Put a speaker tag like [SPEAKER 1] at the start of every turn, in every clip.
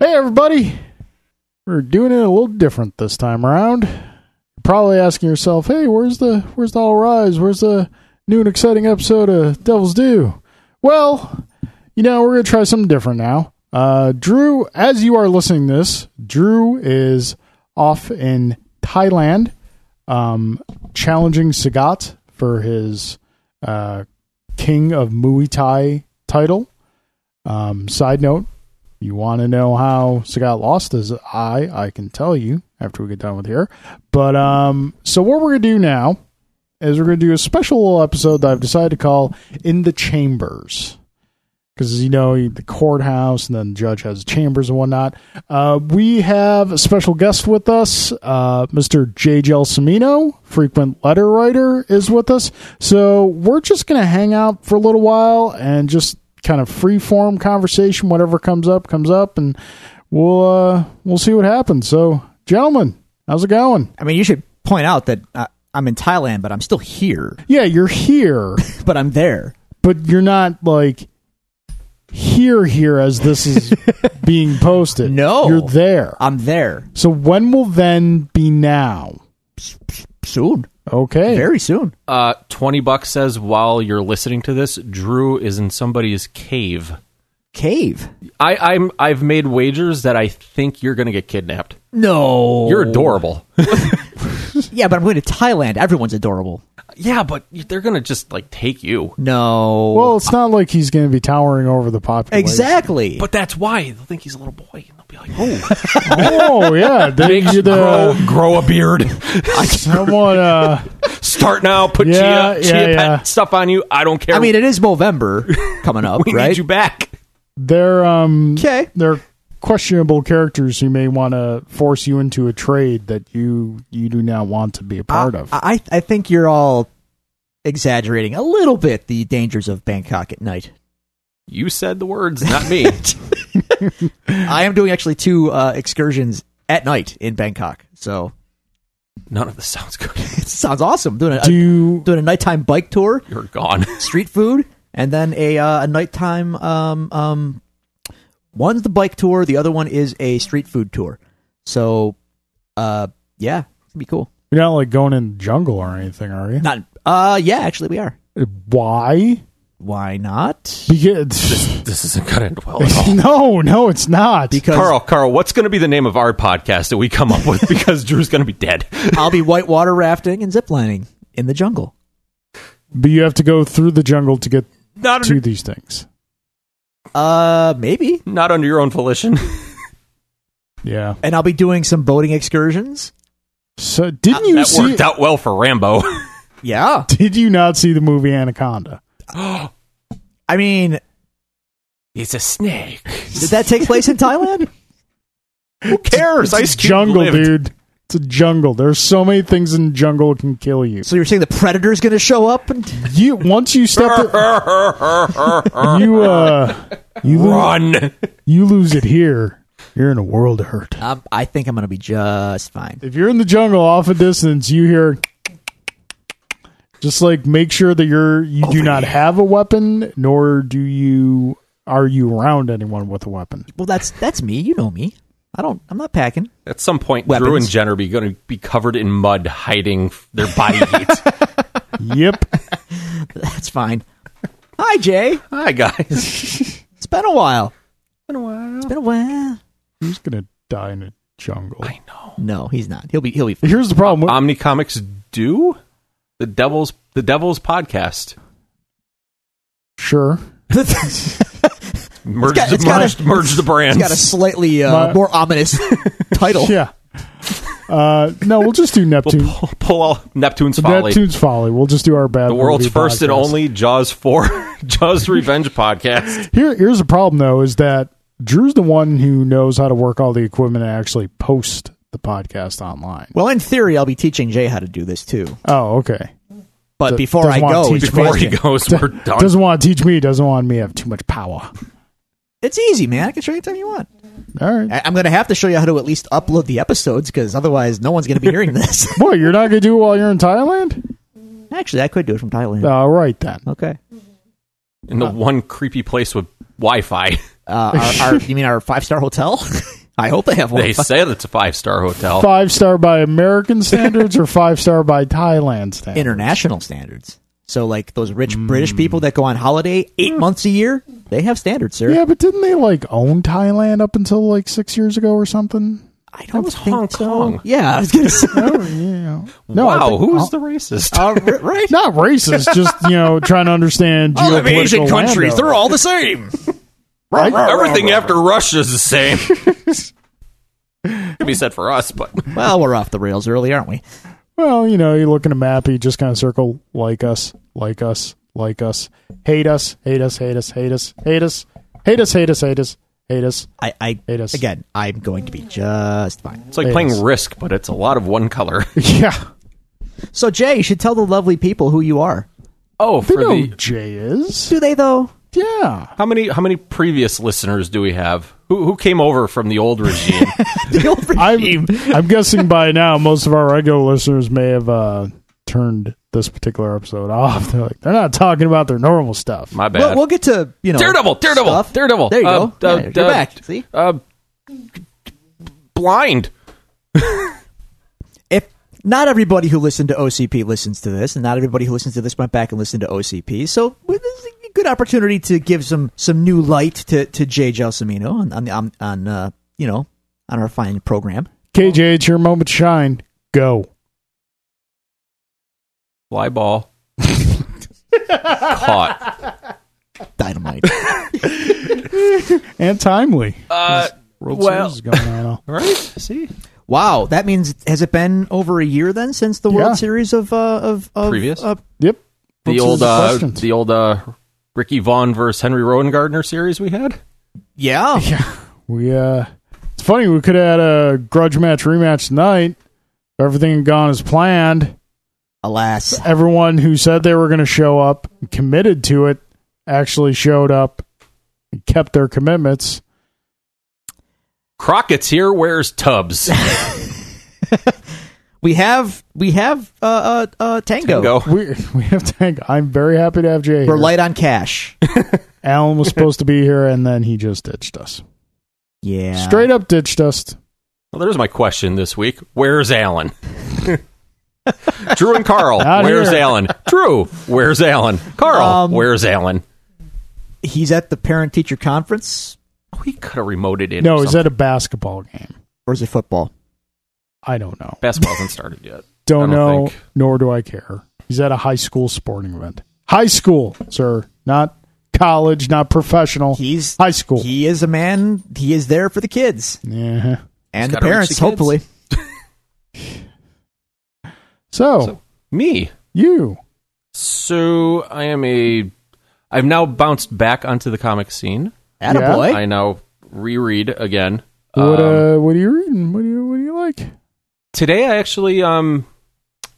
[SPEAKER 1] everybody. We're doing it a little different this time around. You're probably asking yourself, "Hey, where's the where's the All Rise? Where's the new and exciting episode of Devil's Due?" Well, you know, we're gonna try something different now. Uh, Drew, as you are listening to this, Drew is off in Thailand, um, challenging Sagat for his uh, King of Muay Thai title. Um, side note, you want to know how Sagat lost his eye? I can tell you after we get done with here. But um, so what we're gonna do now is we're gonna do a special little episode that I've decided to call "In the Chambers." Because you know the courthouse, and then the judge has chambers and whatnot. Uh, we have a special guest with us, uh, Mr. J. Gelsomino, frequent letter writer, is with us. So we're just gonna hang out for a little while and just kind of free form conversation. Whatever comes up, comes up, and we'll uh, we'll see what happens. So, gentlemen, how's it going?
[SPEAKER 2] I mean, you should point out that uh, I'm in Thailand, but I'm still here.
[SPEAKER 1] Yeah, you're here,
[SPEAKER 2] But I'm there.
[SPEAKER 1] but you're not like here here as this is being posted.
[SPEAKER 2] No.
[SPEAKER 1] you're there.
[SPEAKER 2] I'm there
[SPEAKER 1] So when will then be now?
[SPEAKER 2] soon,
[SPEAKER 1] Okay,
[SPEAKER 2] very soon.
[SPEAKER 3] Uh, 20 bucks says while you're listening to this, Drew is in somebody's cave.
[SPEAKER 2] Cave.
[SPEAKER 3] I, I'm I've made wagers that I think you're gonna get kidnapped.
[SPEAKER 2] No,
[SPEAKER 3] You're adorable.
[SPEAKER 2] Yeah, but I'm going to Thailand. Everyone's adorable.
[SPEAKER 3] yeah, but they're gonna just like take you.
[SPEAKER 2] No,
[SPEAKER 1] well, it's not like he's going to be towering over the population.
[SPEAKER 2] exactly.
[SPEAKER 3] But that's why they'll think he's a little boy, and they'll be like, "Oh,
[SPEAKER 1] Oh yeah, they,
[SPEAKER 3] Biggs,
[SPEAKER 1] you
[SPEAKER 3] grow,
[SPEAKER 1] the,
[SPEAKER 3] grow a beard.
[SPEAKER 1] someone. Uh,
[SPEAKER 3] Start now. Put
[SPEAKER 1] Yeah, yeah,
[SPEAKER 3] chia, chia
[SPEAKER 1] yeah.
[SPEAKER 3] pet stuff on you. I don't care.
[SPEAKER 2] I mean, it is Movember coming up,
[SPEAKER 3] we
[SPEAKER 2] right?
[SPEAKER 3] need you back."
[SPEAKER 1] they're um
[SPEAKER 2] Okay.
[SPEAKER 1] they're questionable characters who may want to force you into a trade that you you do not want to be a part of.
[SPEAKER 2] I, I I think you're all exaggerating a little bit the dangers of Bangkok at night.
[SPEAKER 3] You said the words, not me.
[SPEAKER 2] I am doing actually two uh, excursions at night in Bangkok, so
[SPEAKER 3] None of this sounds good.
[SPEAKER 2] it sounds awesome. Doing a,
[SPEAKER 1] do
[SPEAKER 2] doing a nighttime bike tour
[SPEAKER 3] You're gone.
[SPEAKER 2] street food, and then a uh, a nighttime. Um, um, one's the bike tour, the other one is a street food tour. So, uh, yeah, it's gonna be cool.
[SPEAKER 1] you're not like going in the jungle or anything, are you?
[SPEAKER 2] Not, uh, yeah, actually, we are.
[SPEAKER 1] Why?
[SPEAKER 2] Why not?
[SPEAKER 1] Because
[SPEAKER 3] this isn't gonna end well at all.
[SPEAKER 1] no, no, it's not.
[SPEAKER 2] Because
[SPEAKER 3] Carl, Carl, what's going to be the name of our podcast that we come up with because Drew's going to be dead?
[SPEAKER 2] I'll be whitewater rafting and ziplining in the jungle.
[SPEAKER 1] but you have to go through the jungle to get
[SPEAKER 3] Not
[SPEAKER 1] to
[SPEAKER 3] under,
[SPEAKER 1] these things.
[SPEAKER 2] Uh, maybe.
[SPEAKER 3] not under your own volition.
[SPEAKER 1] Yeah.
[SPEAKER 2] And I'll be doing some boating excursions.
[SPEAKER 1] So didn't you
[SPEAKER 3] that
[SPEAKER 1] see?
[SPEAKER 3] worked out well for Rambo.
[SPEAKER 2] Yeah.
[SPEAKER 1] Did you not see the movie Anaconda?
[SPEAKER 2] I mean,
[SPEAKER 3] He's a snake.
[SPEAKER 2] did that take place in Thailand?
[SPEAKER 3] Who cares?
[SPEAKER 1] It's a jungle, dude. It's a jungle. There's so many things in jungle that can kill you.
[SPEAKER 2] So you're saying the predator's going to show up? And
[SPEAKER 1] You once you step you uh you lose,
[SPEAKER 3] Run.
[SPEAKER 1] you lose it here, you're in a world of hurt.
[SPEAKER 2] um, I think I'm going to be just fine.
[SPEAKER 1] If you're in the jungle off a distance, you hear just like make sure that you're you do not have a weapon, nor do you are you around anyone with a weapon.
[SPEAKER 2] Well, that's that's me. You know me. I don't. I'm not packing.
[SPEAKER 3] At some point, Drew
[SPEAKER 2] Weapons.
[SPEAKER 3] and Jen are going to be covered in mud, hiding f- their body heat.
[SPEAKER 1] Yep.
[SPEAKER 2] That's fine. Hi, Jay.
[SPEAKER 3] Hi, guys.
[SPEAKER 2] It's been a while. It's been a while.
[SPEAKER 1] Who's gonna die in a jungle?
[SPEAKER 3] I know.
[SPEAKER 2] No, he's not. He'll be. He'll be. Fine.
[SPEAKER 1] Here's the problem.
[SPEAKER 3] Omni Comics do the Devil's the Devil's podcast.
[SPEAKER 1] sure.
[SPEAKER 2] it's
[SPEAKER 3] Merge,
[SPEAKER 2] got-
[SPEAKER 3] the-
[SPEAKER 2] it's got a-
[SPEAKER 3] merge, merge the brands.
[SPEAKER 2] got a slightly uh,
[SPEAKER 1] My-
[SPEAKER 2] more ominous title.
[SPEAKER 1] Yeah. Uh no, we'll just do Neptune.
[SPEAKER 3] Pull, pull all Neptune's folly.
[SPEAKER 1] Neptune's folly. We'll just do our bad.
[SPEAKER 3] the world's
[SPEAKER 1] movie
[SPEAKER 3] first and
[SPEAKER 1] podcast.
[SPEAKER 3] only Jaws four Jaws Revenge podcast.
[SPEAKER 1] Here, here's the problem though: is that Drew's the one who knows how to work all the equipment and actually post the podcast online.
[SPEAKER 2] Well, in theory, I'll be teaching Jay how to do this too.
[SPEAKER 1] Oh, okay.
[SPEAKER 2] But
[SPEAKER 1] D-
[SPEAKER 2] before I
[SPEAKER 1] doesn't wanna
[SPEAKER 2] go,
[SPEAKER 1] teach
[SPEAKER 2] it's
[SPEAKER 1] me.
[SPEAKER 3] Before he
[SPEAKER 2] question.
[SPEAKER 3] goes, we're done.
[SPEAKER 1] Doesn't want to teach me. Doesn't want me to have too much power.
[SPEAKER 2] it's easy, man. I can show you anytime you want.
[SPEAKER 1] All right.
[SPEAKER 2] I- I'm going to have to show you how to at least upload the episodes because otherwise, no one's going to be hearing this.
[SPEAKER 1] Boy, you're not gonna do it while you're in Thailand.
[SPEAKER 2] Actually, I could do it from Thailand.
[SPEAKER 1] All right then.
[SPEAKER 2] Okay.
[SPEAKER 3] in the one creepy place with Wi-Fi.
[SPEAKER 2] Uh, our, our, you mean our five star hotel? I hope they have one.
[SPEAKER 3] They say that it's a five star hotel.
[SPEAKER 1] Five star by American standards or five star by Thailand standards?
[SPEAKER 2] international standards. So, like those rich
[SPEAKER 3] Hmm.
[SPEAKER 2] British people that go on holiday eight months a year, they have standards, sir.
[SPEAKER 1] Yeah, but didn't they like own Thailand up until like six years ago or something?
[SPEAKER 2] I don't
[SPEAKER 3] was
[SPEAKER 2] think
[SPEAKER 3] Hong
[SPEAKER 2] so.
[SPEAKER 3] Kong.
[SPEAKER 2] Yeah, I was gonna say.
[SPEAKER 1] Oh, yeah. No, I
[SPEAKER 3] wow,
[SPEAKER 1] think-
[SPEAKER 3] who's the racist?
[SPEAKER 2] Uh, ri- right?
[SPEAKER 1] not racist, just you know, trying to understand
[SPEAKER 2] All them
[SPEAKER 1] geopolitical
[SPEAKER 2] Asian
[SPEAKER 1] land
[SPEAKER 2] countries,
[SPEAKER 1] over.
[SPEAKER 2] they're all the same.
[SPEAKER 3] Everything after Russia is the same. Could be said for us, but
[SPEAKER 2] well, we're off the rails early, aren't we?
[SPEAKER 1] Well, you know, you look at a map, you just kind of circle like us, like us, like us, hate us, hate us, hate us, hate us, hate us, hate us, hate us, hate us, hate us.
[SPEAKER 2] I, I
[SPEAKER 1] Hate us.
[SPEAKER 2] again, I'm going to be just fine.
[SPEAKER 3] it's like
[SPEAKER 1] It
[SPEAKER 3] playing
[SPEAKER 1] is.
[SPEAKER 3] Risk, but it's a lot of one color.
[SPEAKER 1] Yeah,
[SPEAKER 2] So, Jay, you should tell the lovely people who you are.
[SPEAKER 3] Oh,
[SPEAKER 1] they
[SPEAKER 3] for
[SPEAKER 1] know
[SPEAKER 3] the
[SPEAKER 1] Jay is.
[SPEAKER 2] Do they though?
[SPEAKER 1] Yeah,
[SPEAKER 3] how many how many previous listeners do we have? Who who came over from the old regime?
[SPEAKER 2] The old
[SPEAKER 1] I'm,
[SPEAKER 2] regime.
[SPEAKER 1] I'm guessing by now most of our regular listeners may have uh, turned this particular episode off. They're like, they're not talking about their normal stuff.
[SPEAKER 3] My bad.
[SPEAKER 2] We'll, we'll get to you know
[SPEAKER 3] Daredevil, Daredevil,
[SPEAKER 2] stuff.
[SPEAKER 3] Daredevil.
[SPEAKER 2] There you
[SPEAKER 3] Uh,
[SPEAKER 2] go.
[SPEAKER 3] uh,
[SPEAKER 2] Yeah, you're
[SPEAKER 3] uh,
[SPEAKER 2] back. See,
[SPEAKER 3] uh, blind.
[SPEAKER 2] if not everybody who listened to OCP listens to this, and not everybody who listens to this went back and listened to OCP, so well, this is a good opportunity to give some some new light to to Jay Gelsomino on on, on, on uh, you know on our fine program.
[SPEAKER 1] KJ, it's your moment to shine. Go.
[SPEAKER 3] Fly ball. Caught.
[SPEAKER 2] Dynamite.
[SPEAKER 1] And timely.
[SPEAKER 3] Uh,
[SPEAKER 1] World
[SPEAKER 3] well-
[SPEAKER 1] Series is going on. now.
[SPEAKER 3] right? See?
[SPEAKER 2] wow, that means has it been over a year then since the
[SPEAKER 1] Yeah.
[SPEAKER 2] World Series of uh, of, of
[SPEAKER 3] Previous?
[SPEAKER 2] Uh,
[SPEAKER 1] Yep.
[SPEAKER 3] The
[SPEAKER 1] What's
[SPEAKER 3] old,
[SPEAKER 1] the
[SPEAKER 3] uh,
[SPEAKER 1] questions?
[SPEAKER 3] the old uh, Ricky Vaughn versus Henry Rowan Gardner series we had?
[SPEAKER 2] yeah,
[SPEAKER 1] We uh it's funny, we could have had a grudge match rematch tonight. If Everything had gone as planned.
[SPEAKER 2] alas,
[SPEAKER 1] Everyone who said they were gonna show up and committed to it actually showed up and kept their commitments.
[SPEAKER 3] Crockett's here wears tubs.
[SPEAKER 2] we have we have uh, uh, uh, Tango.
[SPEAKER 3] Go.
[SPEAKER 1] We we have Tank. I'm very happy to have Jay. here.
[SPEAKER 2] We're light on cash.
[SPEAKER 1] Alan was supposed to be here and then he just ditched us.
[SPEAKER 2] Yeah,
[SPEAKER 1] Straight up ditched us.
[SPEAKER 3] Well, there's my question this week. Where's Alan? Drew and Carl,
[SPEAKER 1] Not
[SPEAKER 3] where's
[SPEAKER 1] here.
[SPEAKER 3] Alan? Drew, where's Alan? Carl,
[SPEAKER 2] Um,
[SPEAKER 3] where's Alan?
[SPEAKER 2] He's at the parent teacher conference,
[SPEAKER 3] We could have remoted in.
[SPEAKER 1] No,
[SPEAKER 3] or
[SPEAKER 1] is that a basketball game?
[SPEAKER 2] or is it football?
[SPEAKER 1] I don't know.
[SPEAKER 3] basketball hasn't started yet?
[SPEAKER 1] Don't,
[SPEAKER 3] I don't
[SPEAKER 1] know,
[SPEAKER 3] think.
[SPEAKER 1] nor do I care. He's at a high school sporting event. High school, sir, not college, not professional.
[SPEAKER 2] He's
[SPEAKER 1] high school.
[SPEAKER 2] He is a man. He is there for the kids
[SPEAKER 1] yeah.
[SPEAKER 2] and the
[SPEAKER 3] He's gotta reach
[SPEAKER 2] parents,
[SPEAKER 3] the kids.
[SPEAKER 2] hopefully.
[SPEAKER 1] So,
[SPEAKER 3] So, me.
[SPEAKER 1] you
[SPEAKER 3] So I am a. I've now bounced back onto the comic scene.
[SPEAKER 2] Attaboy.
[SPEAKER 3] I now reread again.
[SPEAKER 1] what?
[SPEAKER 3] Um,
[SPEAKER 1] uh, what are you reading? What do you What do you like?
[SPEAKER 3] today I actually um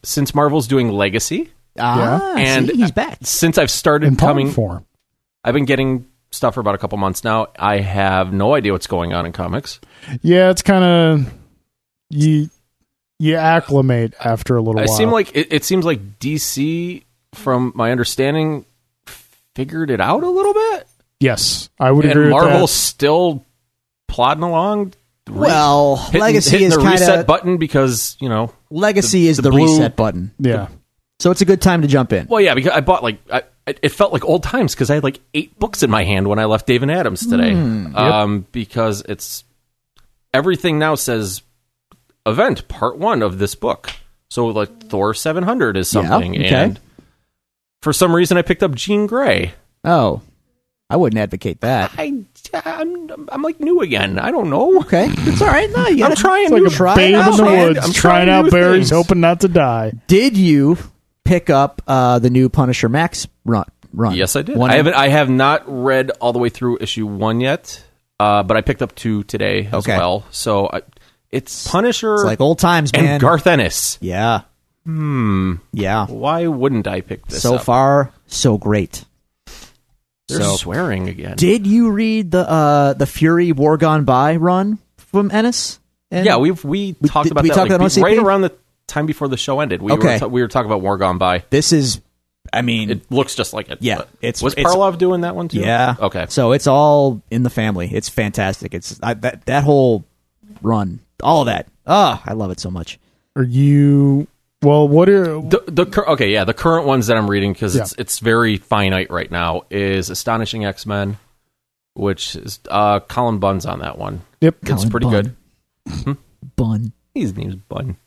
[SPEAKER 3] since Marvel's doing Legacy,
[SPEAKER 2] ah,
[SPEAKER 3] yeah.
[SPEAKER 2] and
[SPEAKER 3] And-
[SPEAKER 2] he's back.
[SPEAKER 3] since I've started
[SPEAKER 1] In
[SPEAKER 3] coming
[SPEAKER 1] coming form.
[SPEAKER 3] I've been getting stuff for about a couple months now. I have no idea what's going on in comics.
[SPEAKER 1] Yeah, it's kind of you. You acclimate after a little
[SPEAKER 3] I
[SPEAKER 1] while.
[SPEAKER 3] seem like it, it seems like DC from my understanding figured it out a little bit
[SPEAKER 1] yes, I would
[SPEAKER 3] and
[SPEAKER 1] agree.
[SPEAKER 3] Marvel's
[SPEAKER 1] with
[SPEAKER 3] still plodding along. Re-
[SPEAKER 2] Well,
[SPEAKER 3] hitting-
[SPEAKER 2] legacy
[SPEAKER 3] hitting
[SPEAKER 2] is
[SPEAKER 3] the
[SPEAKER 2] kind
[SPEAKER 3] reset
[SPEAKER 2] of
[SPEAKER 3] button because, you know,
[SPEAKER 2] legacy is the,
[SPEAKER 3] the blue-
[SPEAKER 2] reset button,
[SPEAKER 1] that. Yeah,
[SPEAKER 2] so it's a good time to jump in.
[SPEAKER 3] Well, yeah, because I bought like I, it it felt like old times because I had like eight books in my hand when I left Dave and Adams today. Um, because it's everything now says event part one of this book. So like Thor seven hundred is something,
[SPEAKER 2] okay.
[SPEAKER 3] and for some reason I picked up Jean Grey.
[SPEAKER 2] Oh, I wouldn't advocate that.
[SPEAKER 3] I I'm, I'm like new again. I don't know.
[SPEAKER 2] Okay, it's all right. No, you
[SPEAKER 3] I'm
[SPEAKER 2] gotta-
[SPEAKER 3] trying
[SPEAKER 1] it's like
[SPEAKER 3] new.
[SPEAKER 1] a
[SPEAKER 2] trying
[SPEAKER 1] babe
[SPEAKER 2] out.
[SPEAKER 1] in the
[SPEAKER 3] I'm trying-
[SPEAKER 1] woods,
[SPEAKER 3] I'm
[SPEAKER 1] trying,
[SPEAKER 3] trying
[SPEAKER 1] out
[SPEAKER 3] new
[SPEAKER 1] berries,
[SPEAKER 3] things.
[SPEAKER 1] hoping not to die.
[SPEAKER 2] Did you pick up uh, the new Punisher Max run? Run.
[SPEAKER 3] Yes, I did.
[SPEAKER 2] One-
[SPEAKER 3] I haven't. I have not read all the way through issue one yet, uh, but I picked up two today as
[SPEAKER 2] Okay.
[SPEAKER 3] well. So I, it's Punisher
[SPEAKER 2] It's like old times,
[SPEAKER 3] and
[SPEAKER 2] man.
[SPEAKER 3] Garth Ennis.
[SPEAKER 2] yeah. Hmm. Yeah.
[SPEAKER 3] Why wouldn't I pick this?
[SPEAKER 2] So
[SPEAKER 3] up?
[SPEAKER 2] far, so great.
[SPEAKER 3] they're
[SPEAKER 2] so-
[SPEAKER 3] swearing again.
[SPEAKER 2] Did you read the uh the Fury War Gone By run from Ennis? And-
[SPEAKER 3] yeah, we've we,
[SPEAKER 2] We-
[SPEAKER 3] talked
[SPEAKER 2] did
[SPEAKER 3] about
[SPEAKER 2] we
[SPEAKER 3] that
[SPEAKER 2] talk
[SPEAKER 3] like,
[SPEAKER 2] about
[SPEAKER 3] be-
[SPEAKER 2] OCP?
[SPEAKER 3] right around the time before the show ended. We
[SPEAKER 2] Okay.
[SPEAKER 3] were ta- we were talking about War Gone By.
[SPEAKER 2] This is, I mean,
[SPEAKER 3] It looks just like it.
[SPEAKER 2] Yeah,
[SPEAKER 3] but-
[SPEAKER 2] it's-
[SPEAKER 3] was
[SPEAKER 2] it's-
[SPEAKER 3] Parlov doing that one too?
[SPEAKER 2] yeah.
[SPEAKER 3] Okay.
[SPEAKER 2] So it's all in the family. It's fantastic. It's I, that that whole run, all of that. Ah, I love it so much.
[SPEAKER 1] Are you? Well, what are?
[SPEAKER 3] The, the cur- okay, yeah, the current ones that I'm reading because
[SPEAKER 1] Yeah.
[SPEAKER 3] it's it's very finite right now is Astonishing X Men, which is uh, Colin Bunn's on that one.
[SPEAKER 1] Yep.
[SPEAKER 3] it's
[SPEAKER 2] Colin
[SPEAKER 3] pretty
[SPEAKER 2] Bunn.
[SPEAKER 3] good.
[SPEAKER 2] Bun.
[SPEAKER 3] His name's Bunn.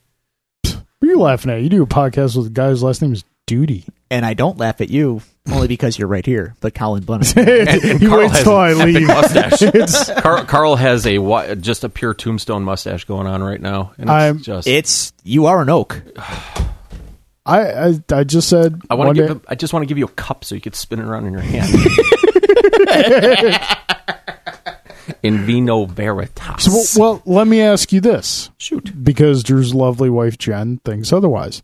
[SPEAKER 1] What are you laughing at? You do a podcast with a guy whose last name is Duty.
[SPEAKER 2] And I don't laugh at you only because you're right here, but Colin Bunn.
[SPEAKER 1] he
[SPEAKER 3] Carl
[SPEAKER 1] waits
[SPEAKER 3] has
[SPEAKER 1] till I
[SPEAKER 3] an epic
[SPEAKER 1] leave.
[SPEAKER 3] mustache. Carl, Carl has a wi- just a pure tombstone mustache going on right now, and it's
[SPEAKER 1] I'm-
[SPEAKER 3] just
[SPEAKER 2] it's you are an oak.
[SPEAKER 1] I, I I just said
[SPEAKER 3] I want
[SPEAKER 1] one
[SPEAKER 3] to give
[SPEAKER 1] day-
[SPEAKER 3] him, I just want to give you a cup so you could spin it around in your hand. in vino veritas.
[SPEAKER 1] So, well, well, let me ask you this,
[SPEAKER 3] Shoot.
[SPEAKER 1] because Drew's lovely wife Jen thinks otherwise.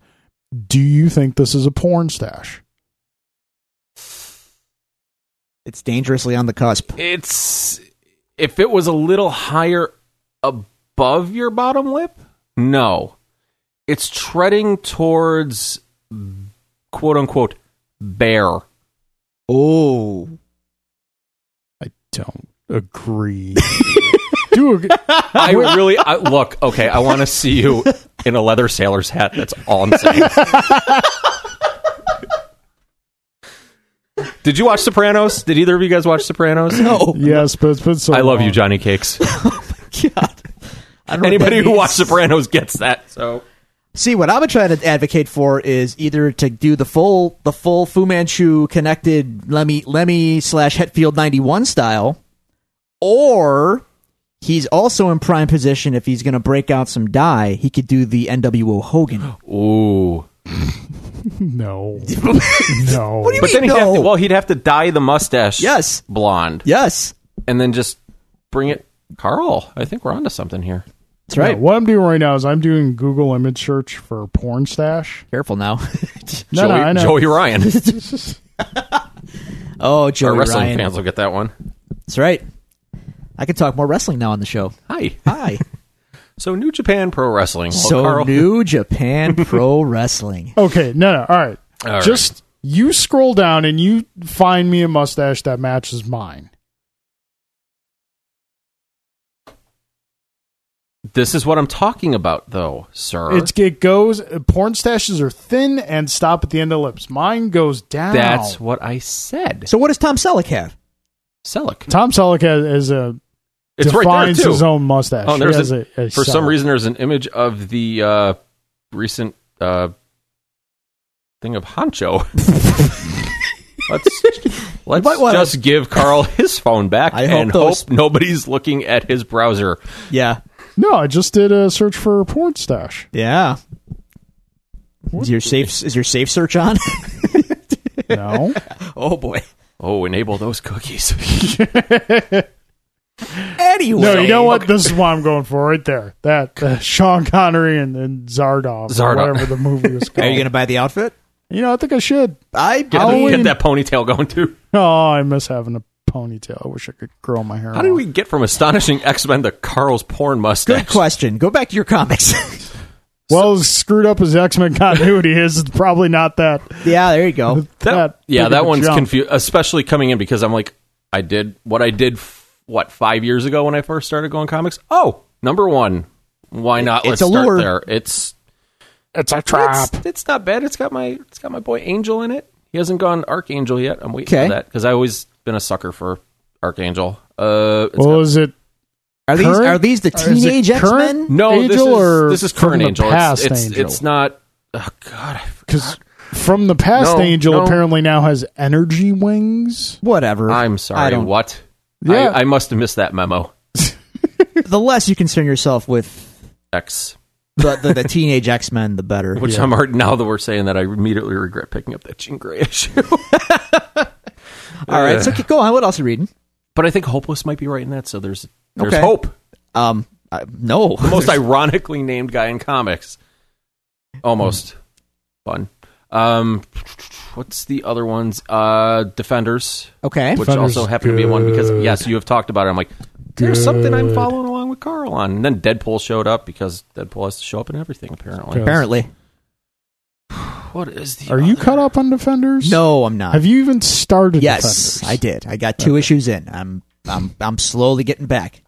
[SPEAKER 1] Do you think this is a porn stash?
[SPEAKER 2] It's dangerously on the cusp.
[SPEAKER 3] It's if it was a little higher above your bottom lip? No. It's treading towards quote unquote bear.
[SPEAKER 2] Oh,
[SPEAKER 1] I don't agree. Do ag-
[SPEAKER 3] I really I, look. Okay, I want to see you in a leather sailor's hat. That's all I'm saying. Did you watch Sopranos? Did either of you guys watch Sopranos?
[SPEAKER 2] no!
[SPEAKER 1] yes, but it's been so.
[SPEAKER 3] I love you,
[SPEAKER 1] long.
[SPEAKER 3] Johnny Cakes.
[SPEAKER 2] God. I don't know what
[SPEAKER 3] Anybody
[SPEAKER 2] that
[SPEAKER 3] who
[SPEAKER 2] means.
[SPEAKER 3] watched Sopranos gets that. So
[SPEAKER 2] See, what I've been trying to advocate for is either to do the full the full Fu Manchu connected Lemmy Lemmy slash Hetfield ninety one style, or he's also in prime position if he's going to break out some dye. He could do the NWO Hogan.
[SPEAKER 3] ooh.
[SPEAKER 1] No, no.
[SPEAKER 2] What do you
[SPEAKER 3] But then he'd have
[SPEAKER 2] No.
[SPEAKER 3] to, well, he'd have to dye the mustache
[SPEAKER 2] Yes.
[SPEAKER 3] blonde
[SPEAKER 2] yes,
[SPEAKER 3] and then just bring it Carl. I think we're onto something here.
[SPEAKER 2] that's right.
[SPEAKER 1] No, what I'm doing right now is I'm doing Google image search for porn stash.
[SPEAKER 2] Careful now.
[SPEAKER 1] No, no,
[SPEAKER 3] Joey,
[SPEAKER 1] I know.
[SPEAKER 3] Joey Ryan.
[SPEAKER 2] oh, Joey
[SPEAKER 3] Our wrestling
[SPEAKER 2] Ryan.
[SPEAKER 3] fans will get that one.
[SPEAKER 2] That's right. I can talk more wrestling now on the show.
[SPEAKER 3] Hi.
[SPEAKER 2] Hi.
[SPEAKER 3] So New Japan Pro Wrestling. Well,
[SPEAKER 2] so
[SPEAKER 3] Carl,
[SPEAKER 2] New Japan Pro Wrestling.
[SPEAKER 1] Okay, no, no. All right,
[SPEAKER 3] All right.
[SPEAKER 1] just you scroll down and you find me a mustache that matches mine.
[SPEAKER 3] This is what I'm talking about, though, sir.
[SPEAKER 1] It's it goes. Porn stashes are thin and stop at the end of lips. Mine goes down.
[SPEAKER 3] That's what I said.
[SPEAKER 2] So what does Tom Selleck have?
[SPEAKER 3] Selick.
[SPEAKER 1] Tom Selleck has, has a
[SPEAKER 3] It's right there
[SPEAKER 1] defines
[SPEAKER 3] too.
[SPEAKER 1] his own mustache.
[SPEAKER 3] oh, and
[SPEAKER 1] He
[SPEAKER 3] there's
[SPEAKER 1] has
[SPEAKER 3] a,
[SPEAKER 1] a- a
[SPEAKER 3] for some
[SPEAKER 1] Selleck.
[SPEAKER 3] reason there's an image of the uh, recent uh, thing of Honcho. let's let's
[SPEAKER 2] might wanna-
[SPEAKER 3] just give Carl his phone back
[SPEAKER 2] I hope
[SPEAKER 3] and
[SPEAKER 2] those-
[SPEAKER 3] nobody's looking at his browser.
[SPEAKER 2] Yeah.
[SPEAKER 1] No, I just did a search for porn stash.
[SPEAKER 2] Yeah. Is your safe is your safe search on?
[SPEAKER 1] No,
[SPEAKER 2] oh boy.
[SPEAKER 3] Oh, enable those cookies.
[SPEAKER 2] Anyway,
[SPEAKER 1] no. You know what? This is what I'm going for right there. That uh, Sean Connery and, and Zardoz,
[SPEAKER 3] Zardoz.
[SPEAKER 1] Or whatever the movie was
[SPEAKER 2] Are
[SPEAKER 1] called.
[SPEAKER 2] you going to buy the outfit?
[SPEAKER 1] You know, I think I should.
[SPEAKER 2] I
[SPEAKER 3] get, that-
[SPEAKER 1] Halloween.
[SPEAKER 3] get that ponytail going too.
[SPEAKER 1] Oh, I miss having a ponytail. I wish I could grow my hair.
[SPEAKER 3] How did
[SPEAKER 1] out.
[SPEAKER 3] we get from astonishing X Men to Carl's porn mustache?
[SPEAKER 2] Oh. Good question. Go back to your comics.
[SPEAKER 1] Well, as screwed up as X Men continuity is, it's probably not that.
[SPEAKER 2] yeah, there you go.
[SPEAKER 1] that big
[SPEAKER 3] yeah,
[SPEAKER 1] of
[SPEAKER 3] that
[SPEAKER 1] a
[SPEAKER 3] one's
[SPEAKER 1] jump.
[SPEAKER 3] confused, especially coming in because I'm like, I did what I did, f- what five years ago when I first started going comics. Oh, number one, why not?
[SPEAKER 2] it's
[SPEAKER 3] Let's
[SPEAKER 2] a
[SPEAKER 3] start
[SPEAKER 2] lure.
[SPEAKER 3] there. It's
[SPEAKER 1] It's a trap.
[SPEAKER 3] it's, it's not bad. It's got my it's got my boy Angel in it. He hasn't gone Archangel yet. I'm waiting
[SPEAKER 2] Okay.
[SPEAKER 3] for that because I always been a sucker for Archangel. Uh, it's
[SPEAKER 1] Well,
[SPEAKER 3] got-
[SPEAKER 1] is it
[SPEAKER 2] Are these
[SPEAKER 1] current?
[SPEAKER 2] are these the
[SPEAKER 1] Or is it
[SPEAKER 2] teenage X
[SPEAKER 1] current?
[SPEAKER 2] Men?
[SPEAKER 3] no, this
[SPEAKER 1] Angel
[SPEAKER 3] is
[SPEAKER 1] or
[SPEAKER 3] this is
[SPEAKER 1] from
[SPEAKER 3] current
[SPEAKER 1] the
[SPEAKER 3] Angel.
[SPEAKER 1] past
[SPEAKER 3] it's, it's,
[SPEAKER 1] Angel?
[SPEAKER 3] it's not. Oh God, I forgot.
[SPEAKER 1] because from the past,
[SPEAKER 3] No,
[SPEAKER 1] Angel
[SPEAKER 3] no.
[SPEAKER 1] apparently now has energy wings?
[SPEAKER 2] Whatever.
[SPEAKER 3] I'm
[SPEAKER 2] I
[SPEAKER 3] sorry.
[SPEAKER 2] don't-
[SPEAKER 3] What?
[SPEAKER 1] Yeah.
[SPEAKER 3] I, I must have missed that memo.
[SPEAKER 2] The less you concern yourself with
[SPEAKER 3] X.
[SPEAKER 2] the the, the teenage X Men, the better.
[SPEAKER 3] Which I'm already now that we're saying that I immediately regret picking up that Jean Grey issue.
[SPEAKER 2] All right, so keep going. What else are you reading?
[SPEAKER 3] but I think Hopeless might be right in that, so there's there's
[SPEAKER 2] Okay.
[SPEAKER 3] hope.
[SPEAKER 2] Um, I, no.
[SPEAKER 3] The most ironically named guy in comics. Almost. Fun. Um what's the other ones? Uh Defenders.
[SPEAKER 2] Okay.
[SPEAKER 3] Which
[SPEAKER 1] Defenders
[SPEAKER 3] also
[SPEAKER 1] is
[SPEAKER 3] happened to be one because
[SPEAKER 1] good.
[SPEAKER 3] yes, you have talked about it. I'm like, there's something I'm
[SPEAKER 1] Good.
[SPEAKER 3] following along with Carl on. And then Deadpool showed up because Deadpool has to show up in everything apparently.
[SPEAKER 1] Yeah.
[SPEAKER 2] Apparently,
[SPEAKER 3] What is the
[SPEAKER 1] Are you
[SPEAKER 3] other-
[SPEAKER 1] caught up on Defenders?
[SPEAKER 2] no, I'm not.
[SPEAKER 1] Have you even started
[SPEAKER 2] yes,
[SPEAKER 1] Defenders?
[SPEAKER 2] I did. I got two issues in. I'm I'm I'm slowly getting back.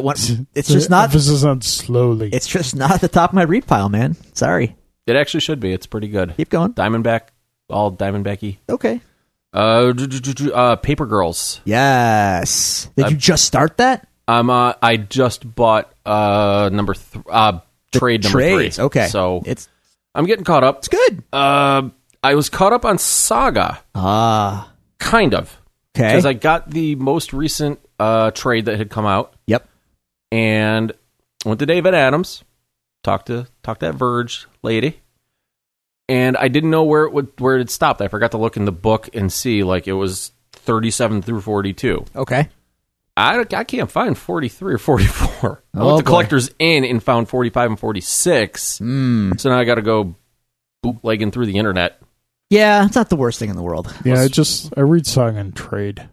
[SPEAKER 2] want. It's just not.
[SPEAKER 1] Emphasis on slowly.
[SPEAKER 2] It's just not at the top of my read pile, man. Sorry.
[SPEAKER 3] It actually should be. It's pretty good.
[SPEAKER 2] Keep going.
[SPEAKER 3] Diamondback, all Diamondbacky.
[SPEAKER 2] Okay.
[SPEAKER 3] Uh, d- d- d- d- uh, Paper Girls.
[SPEAKER 2] Yes. Did you just start that?
[SPEAKER 3] Um, uh, I just bought uh number th- uh trade number
[SPEAKER 2] Trades.
[SPEAKER 3] three.
[SPEAKER 2] Okay.
[SPEAKER 3] so
[SPEAKER 2] it's
[SPEAKER 3] I'm getting caught up.
[SPEAKER 2] it's good.
[SPEAKER 3] Uh, I was caught up on Saga,
[SPEAKER 2] Ah.
[SPEAKER 3] kind of,
[SPEAKER 2] okay.
[SPEAKER 3] because I got the most recent uh trade that had come out,
[SPEAKER 2] yep.
[SPEAKER 3] and went to David Adams, talked to talked to that Verge lady, and I didn't know where it would where it had stopped. I forgot to look in the book and see like it was 37 through 42.
[SPEAKER 2] Okay.
[SPEAKER 3] I, don't- I can't find 43 or 44. I
[SPEAKER 2] Oh,
[SPEAKER 3] went to
[SPEAKER 2] boy.
[SPEAKER 3] Collectors Inn and found 45 and 46.
[SPEAKER 2] Mm.
[SPEAKER 3] So now I got to go bootlegging through the internet.
[SPEAKER 2] Yeah, it's not the worst thing in the world.
[SPEAKER 1] yeah, I just I read song and trade.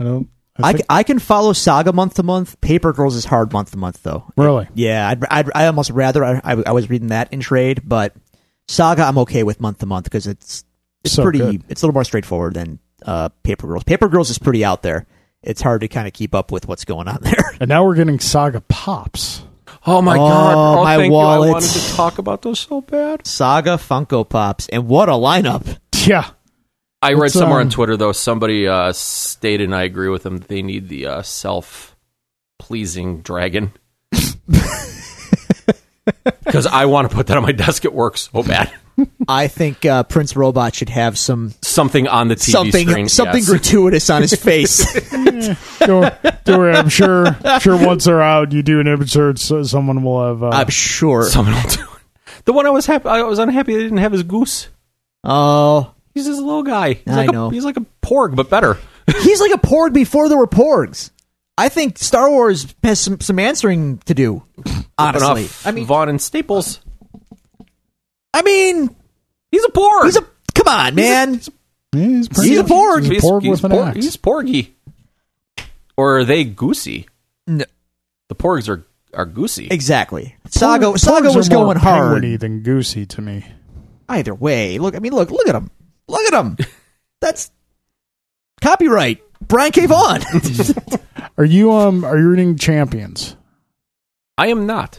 [SPEAKER 1] I don't. I,
[SPEAKER 2] I,
[SPEAKER 1] think,
[SPEAKER 2] c- I can follow Saga month to month. Paper Girls is hard month to month though.
[SPEAKER 1] really.
[SPEAKER 2] Yeah, I'd, I'd I almost rather I, I, I was reading that in trade, but Saga I'm okay with month to month because it's it's
[SPEAKER 1] So
[SPEAKER 2] pretty
[SPEAKER 1] good.
[SPEAKER 2] it's a little more straightforward than uh, Paper Girls. Paper Girls is pretty out there. It's hard to kind of keep up with what's going on there.
[SPEAKER 1] And now we're getting Saga pops.
[SPEAKER 3] Oh my god.
[SPEAKER 2] Oh, my
[SPEAKER 3] thank you.
[SPEAKER 2] wallet.
[SPEAKER 3] I wanted to talk about those so bad.
[SPEAKER 2] Saga Funko Pops and what a lineup!
[SPEAKER 1] Yeah,
[SPEAKER 3] I read
[SPEAKER 1] It's,
[SPEAKER 3] somewhere
[SPEAKER 1] um,
[SPEAKER 3] on Twitter though somebody uh, stated and I agree with them that they need the uh, self pleasing dragon. Cuz I want to put that on my desk at work so bad.
[SPEAKER 2] I think uh, Prince Robot should have some
[SPEAKER 3] Something on the TV
[SPEAKER 2] something
[SPEAKER 3] screen.
[SPEAKER 2] something
[SPEAKER 3] yes.
[SPEAKER 2] gratuitous on his face.
[SPEAKER 1] don't, don't worry. I'm sure. I'm sure once they're out, you do an image search, so someone will have. Uh,
[SPEAKER 2] I'm sure.
[SPEAKER 3] Someone will do it. The one I was happy I was unhappy they didn't have his goose.
[SPEAKER 2] Oh,
[SPEAKER 3] He's this little guy. He's
[SPEAKER 2] I
[SPEAKER 3] like
[SPEAKER 2] know.
[SPEAKER 3] A, he's like a porg, but better.
[SPEAKER 2] He's like a Porg before there were Porgs. I think Star Wars has some, some answering to do. Honestly,
[SPEAKER 3] Enough.
[SPEAKER 2] I mean,
[SPEAKER 3] Vaughn and Staples.
[SPEAKER 2] I mean,
[SPEAKER 3] He's a porg.
[SPEAKER 2] he's a come on, man.
[SPEAKER 1] yeah, he's, pretty-
[SPEAKER 2] he's a porg.
[SPEAKER 1] He's a porg with an
[SPEAKER 3] por-
[SPEAKER 1] axe.
[SPEAKER 3] he's porgy. Or are they goosey?
[SPEAKER 2] No.
[SPEAKER 3] The porgs are are goosey.
[SPEAKER 2] Exactly. Saga
[SPEAKER 1] Porgs
[SPEAKER 2] Saga
[SPEAKER 1] are
[SPEAKER 2] was
[SPEAKER 1] more
[SPEAKER 2] going hard.
[SPEAKER 1] penguiny than goosey to me.
[SPEAKER 2] Either way, look. I mean, look. Look at him. Look at him. That's copyright. Brian K. Vaughan.
[SPEAKER 1] Are you um? Are you reading Champions?
[SPEAKER 3] I am not.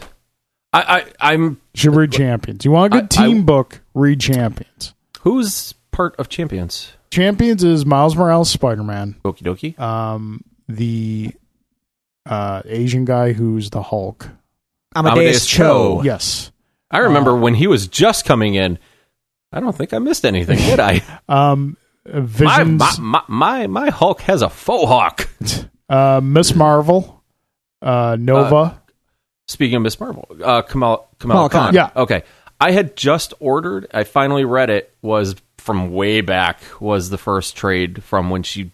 [SPEAKER 3] I, I I'm
[SPEAKER 1] You Should read Champions. You want a good
[SPEAKER 3] I- I-
[SPEAKER 1] team book? Read Champions.
[SPEAKER 3] who's part of champions?
[SPEAKER 1] Champions is Miles Morales Spider Man.
[SPEAKER 3] Okie dokie.
[SPEAKER 1] Um, the uh Asian guy who's the Hulk.
[SPEAKER 2] Amadeus
[SPEAKER 3] Amadeus
[SPEAKER 2] Cho.
[SPEAKER 3] Cho.
[SPEAKER 1] Yes.
[SPEAKER 2] Uh,
[SPEAKER 3] I remember when he was just coming in. I don't think I missed anything, did I?
[SPEAKER 1] Um, uh,
[SPEAKER 3] my,
[SPEAKER 1] Visions.
[SPEAKER 3] my, my my my Hulk has a faux hawk.
[SPEAKER 1] Uh, Miss Marvel. Uh, Nova.
[SPEAKER 3] Speaking of Miss Marvel, uh, Kamal Kamal
[SPEAKER 2] Kamala Khan.
[SPEAKER 3] Khan.
[SPEAKER 1] Yeah.
[SPEAKER 3] Okay. I had just ordered. I finally read it. Was from way back. Was the first trade from when she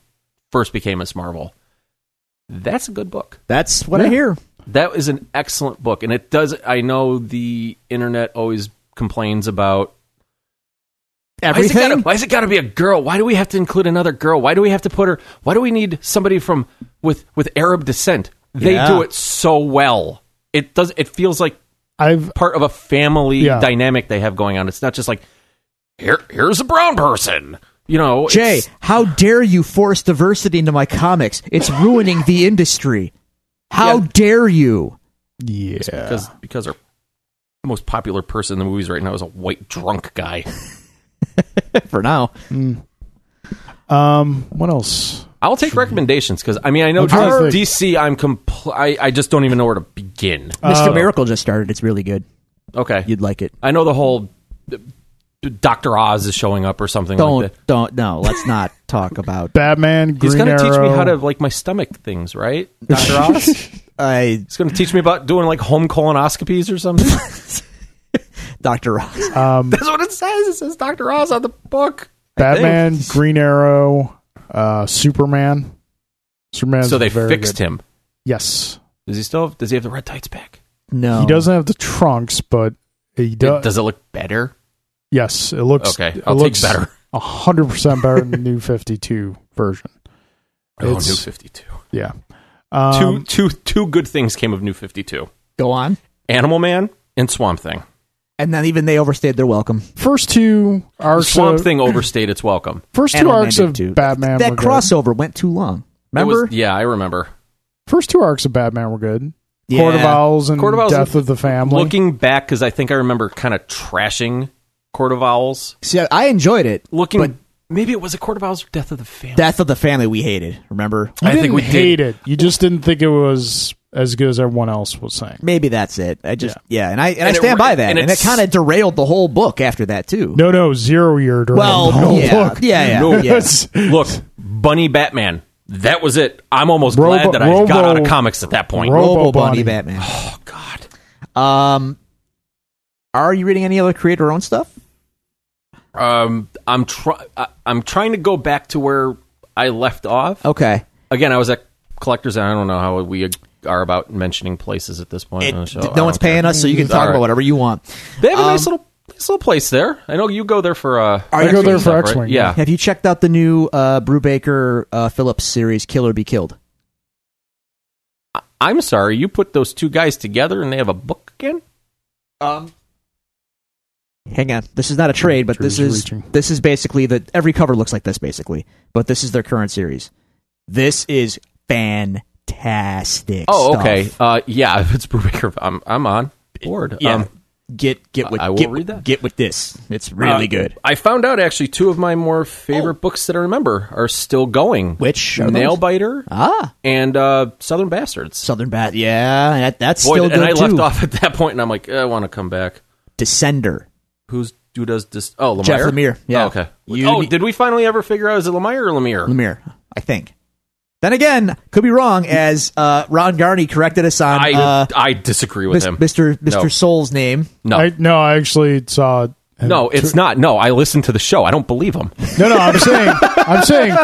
[SPEAKER 3] first became Miss Marvel. That's a good book.
[SPEAKER 2] That's what I
[SPEAKER 1] Yeah.
[SPEAKER 2] hear.
[SPEAKER 3] That is an excellent book, and it does. I know the internet always complains about Why is, it gotta,
[SPEAKER 2] Everything.
[SPEAKER 3] why is it gotta be a girl? Why do we have to include another girl? Why do we have to put her? Why do we need somebody from with with Arab descent? They
[SPEAKER 2] Yeah.
[SPEAKER 3] do it so well. It does. It feels like
[SPEAKER 1] I've
[SPEAKER 3] part of a family
[SPEAKER 1] Yeah.
[SPEAKER 3] dynamic they have going on. It's not just like here here's a brown person. You know,
[SPEAKER 2] Jay,
[SPEAKER 3] it's-
[SPEAKER 2] how dare you force diversity into my comics? It's ruining the industry. How
[SPEAKER 3] Yeah.
[SPEAKER 2] dare you?
[SPEAKER 1] yeah.
[SPEAKER 3] because because our most popular person in the movies right now is a white drunk guy.
[SPEAKER 2] For now.
[SPEAKER 1] Um, what else?
[SPEAKER 3] I'll take recommendations because I mean I know
[SPEAKER 1] Okay.
[SPEAKER 3] DC. DC I'm compl- I, I just don't even know where to begin.
[SPEAKER 2] Mr. Miracle just started. It's really good.
[SPEAKER 3] Okay,
[SPEAKER 2] You'd like it.
[SPEAKER 3] I know the whole uh, Doctor Oz is showing up or something
[SPEAKER 2] Don't,
[SPEAKER 3] like that.
[SPEAKER 2] don't, no, let's not talk about.
[SPEAKER 1] Batman. Green
[SPEAKER 3] He's going to
[SPEAKER 1] Arrow.
[SPEAKER 3] teach me how to like my stomach things, right? Doctor Oz. He's
[SPEAKER 2] I,
[SPEAKER 3] going to teach me about doing like home colonoscopies or something.
[SPEAKER 2] Dr. Oz.
[SPEAKER 1] Um,
[SPEAKER 3] That's what it says. It says Doctor Oz on the book.
[SPEAKER 1] Batman. Green Arrow. Uh, Superman. Superman.
[SPEAKER 3] so they
[SPEAKER 1] very
[SPEAKER 3] fixed
[SPEAKER 1] good.
[SPEAKER 3] him.
[SPEAKER 1] Yes.
[SPEAKER 3] Does he still? Have, does he have the red tights back?
[SPEAKER 2] No.
[SPEAKER 1] He doesn't have the trunks, but he
[SPEAKER 3] Oh. It-
[SPEAKER 1] does.
[SPEAKER 3] does it look better?
[SPEAKER 1] Yes, it looks
[SPEAKER 3] Okay,
[SPEAKER 1] It
[SPEAKER 3] I'll take
[SPEAKER 1] looks
[SPEAKER 3] better.
[SPEAKER 1] hundred percent better than the new Fifty Two version.
[SPEAKER 3] Oh, New
[SPEAKER 1] It's-
[SPEAKER 3] Fifty Two.
[SPEAKER 1] Yeah, um,
[SPEAKER 3] two, two, two good things came of New Fifty Two:
[SPEAKER 2] Go on.
[SPEAKER 3] Animal Man and Swamp Thing.
[SPEAKER 2] And then even they overstayed their welcome.
[SPEAKER 1] first two arcs.
[SPEAKER 3] Swamp
[SPEAKER 1] of,
[SPEAKER 3] Thing overstayed its welcome.
[SPEAKER 1] First two
[SPEAKER 2] Animal Man
[SPEAKER 1] arcs
[SPEAKER 2] did
[SPEAKER 1] of
[SPEAKER 2] too.
[SPEAKER 1] Batman.
[SPEAKER 2] That
[SPEAKER 1] were good.
[SPEAKER 2] crossover went too long.
[SPEAKER 3] It was-
[SPEAKER 2] Remember?
[SPEAKER 3] yeah, I remember.
[SPEAKER 1] First two arcs of Batman were good. Court of Owls and
[SPEAKER 3] Court of Owls
[SPEAKER 1] Death of the Family.
[SPEAKER 3] Looking back, because I think I remember kind of trashing Court of Owls.
[SPEAKER 2] See, I- I enjoyed it.
[SPEAKER 3] Looking,
[SPEAKER 2] But-
[SPEAKER 3] maybe it was a Court of Owls or Death of the Family.
[SPEAKER 2] Death of the Family we hated. Remember?
[SPEAKER 1] you
[SPEAKER 3] I
[SPEAKER 1] didn't
[SPEAKER 3] think we
[SPEAKER 1] hate
[SPEAKER 3] did.
[SPEAKER 1] it. You just didn't think it was as good as everyone else was saying.
[SPEAKER 2] Maybe that's it. I just yeah, and I and, I
[SPEAKER 3] And it
[SPEAKER 2] stand
[SPEAKER 3] re-
[SPEAKER 2] by that. And,
[SPEAKER 3] and
[SPEAKER 2] it
[SPEAKER 3] it's-
[SPEAKER 2] kind of derailed the whole book after that too.
[SPEAKER 1] No, no, zero year during
[SPEAKER 2] well,
[SPEAKER 1] the whole
[SPEAKER 2] yeah,
[SPEAKER 1] book.
[SPEAKER 2] yeah, yeah,
[SPEAKER 3] No.
[SPEAKER 2] yeah.
[SPEAKER 1] It's-
[SPEAKER 3] Look, Bunny Batman. That was it. I'm almost
[SPEAKER 1] Robo-
[SPEAKER 3] glad that I
[SPEAKER 1] Robo-
[SPEAKER 3] got out of comics at that point.
[SPEAKER 1] Robo
[SPEAKER 2] Robo
[SPEAKER 1] Bunny.
[SPEAKER 2] Bunny Batman.
[SPEAKER 3] oh God.
[SPEAKER 2] Um, are you reading any other creator owned stuff?
[SPEAKER 3] Um, I'm try- I- I'm trying to go back to where I left off.
[SPEAKER 2] Okay.
[SPEAKER 3] Again, I was at collectors, and I don't know how we are about mentioning places at this point.
[SPEAKER 2] It-
[SPEAKER 3] on the show.
[SPEAKER 2] d-
[SPEAKER 3] I
[SPEAKER 2] no
[SPEAKER 3] don't
[SPEAKER 2] one's
[SPEAKER 3] care.
[SPEAKER 2] paying us, so you can
[SPEAKER 3] It's
[SPEAKER 2] talk
[SPEAKER 3] all
[SPEAKER 2] about
[SPEAKER 3] right.
[SPEAKER 2] whatever you want.
[SPEAKER 3] They have a nice
[SPEAKER 2] Um, Oh,
[SPEAKER 3] little nice little place there. I know you go there for uh.
[SPEAKER 1] I go there for
[SPEAKER 3] X-Wing stuff,
[SPEAKER 1] X-Wing,
[SPEAKER 3] right? Yeah.
[SPEAKER 2] Have you checked out the new uh, Brubaker uh, Phillips series, Kill or Be Killed?
[SPEAKER 3] I'm sorry, you put those two guys together and they have a book again.
[SPEAKER 2] Um, hang on. This is not a trade, but this
[SPEAKER 1] Drew's
[SPEAKER 2] is
[SPEAKER 1] reaching.
[SPEAKER 2] this is basically the every cover looks like this basically, but this is their current series. This is fantastic.
[SPEAKER 3] Oh,
[SPEAKER 2] stuff.
[SPEAKER 3] okay. Uh, yeah, if it's Brubaker, I'm I'm on board.
[SPEAKER 2] Yeah.
[SPEAKER 3] Um,
[SPEAKER 2] get get with
[SPEAKER 3] I will
[SPEAKER 2] get,
[SPEAKER 3] read that.
[SPEAKER 2] get with this. It's really
[SPEAKER 3] uh,
[SPEAKER 2] good.
[SPEAKER 3] I found out actually two of my more favorite books that I remember are still going.
[SPEAKER 2] Oh. Which are those?
[SPEAKER 3] Nailbiter
[SPEAKER 2] Ah,
[SPEAKER 3] and uh, Southern Bastards.
[SPEAKER 2] Southern Bat. Yeah, that, that's
[SPEAKER 3] Boy,
[SPEAKER 2] still
[SPEAKER 3] and
[SPEAKER 2] good
[SPEAKER 3] I
[SPEAKER 2] too.
[SPEAKER 3] left off at that point, and I'm like, eh, I want to come back.
[SPEAKER 2] Descender.
[SPEAKER 3] Who's who does this? Oh, Lemire.
[SPEAKER 2] Jeff Lemire, yeah.
[SPEAKER 3] Oh, okay.
[SPEAKER 2] You- Mm,
[SPEAKER 3] oh, did we finally ever figure out is it Lemire or Lemire?
[SPEAKER 2] Lemire, I think. Then again, could be wrong as uh, Ron Garney corrected us on
[SPEAKER 3] I
[SPEAKER 2] uh,
[SPEAKER 3] I disagree with
[SPEAKER 2] mis-
[SPEAKER 3] him.
[SPEAKER 2] Mr. Mr.
[SPEAKER 3] No.
[SPEAKER 2] Soul's name.
[SPEAKER 3] No,
[SPEAKER 1] I, no, I actually saw. him
[SPEAKER 3] no, it's not. No, I listened to the show. I don't believe him.
[SPEAKER 1] No, no, I'm saying, I'm saying,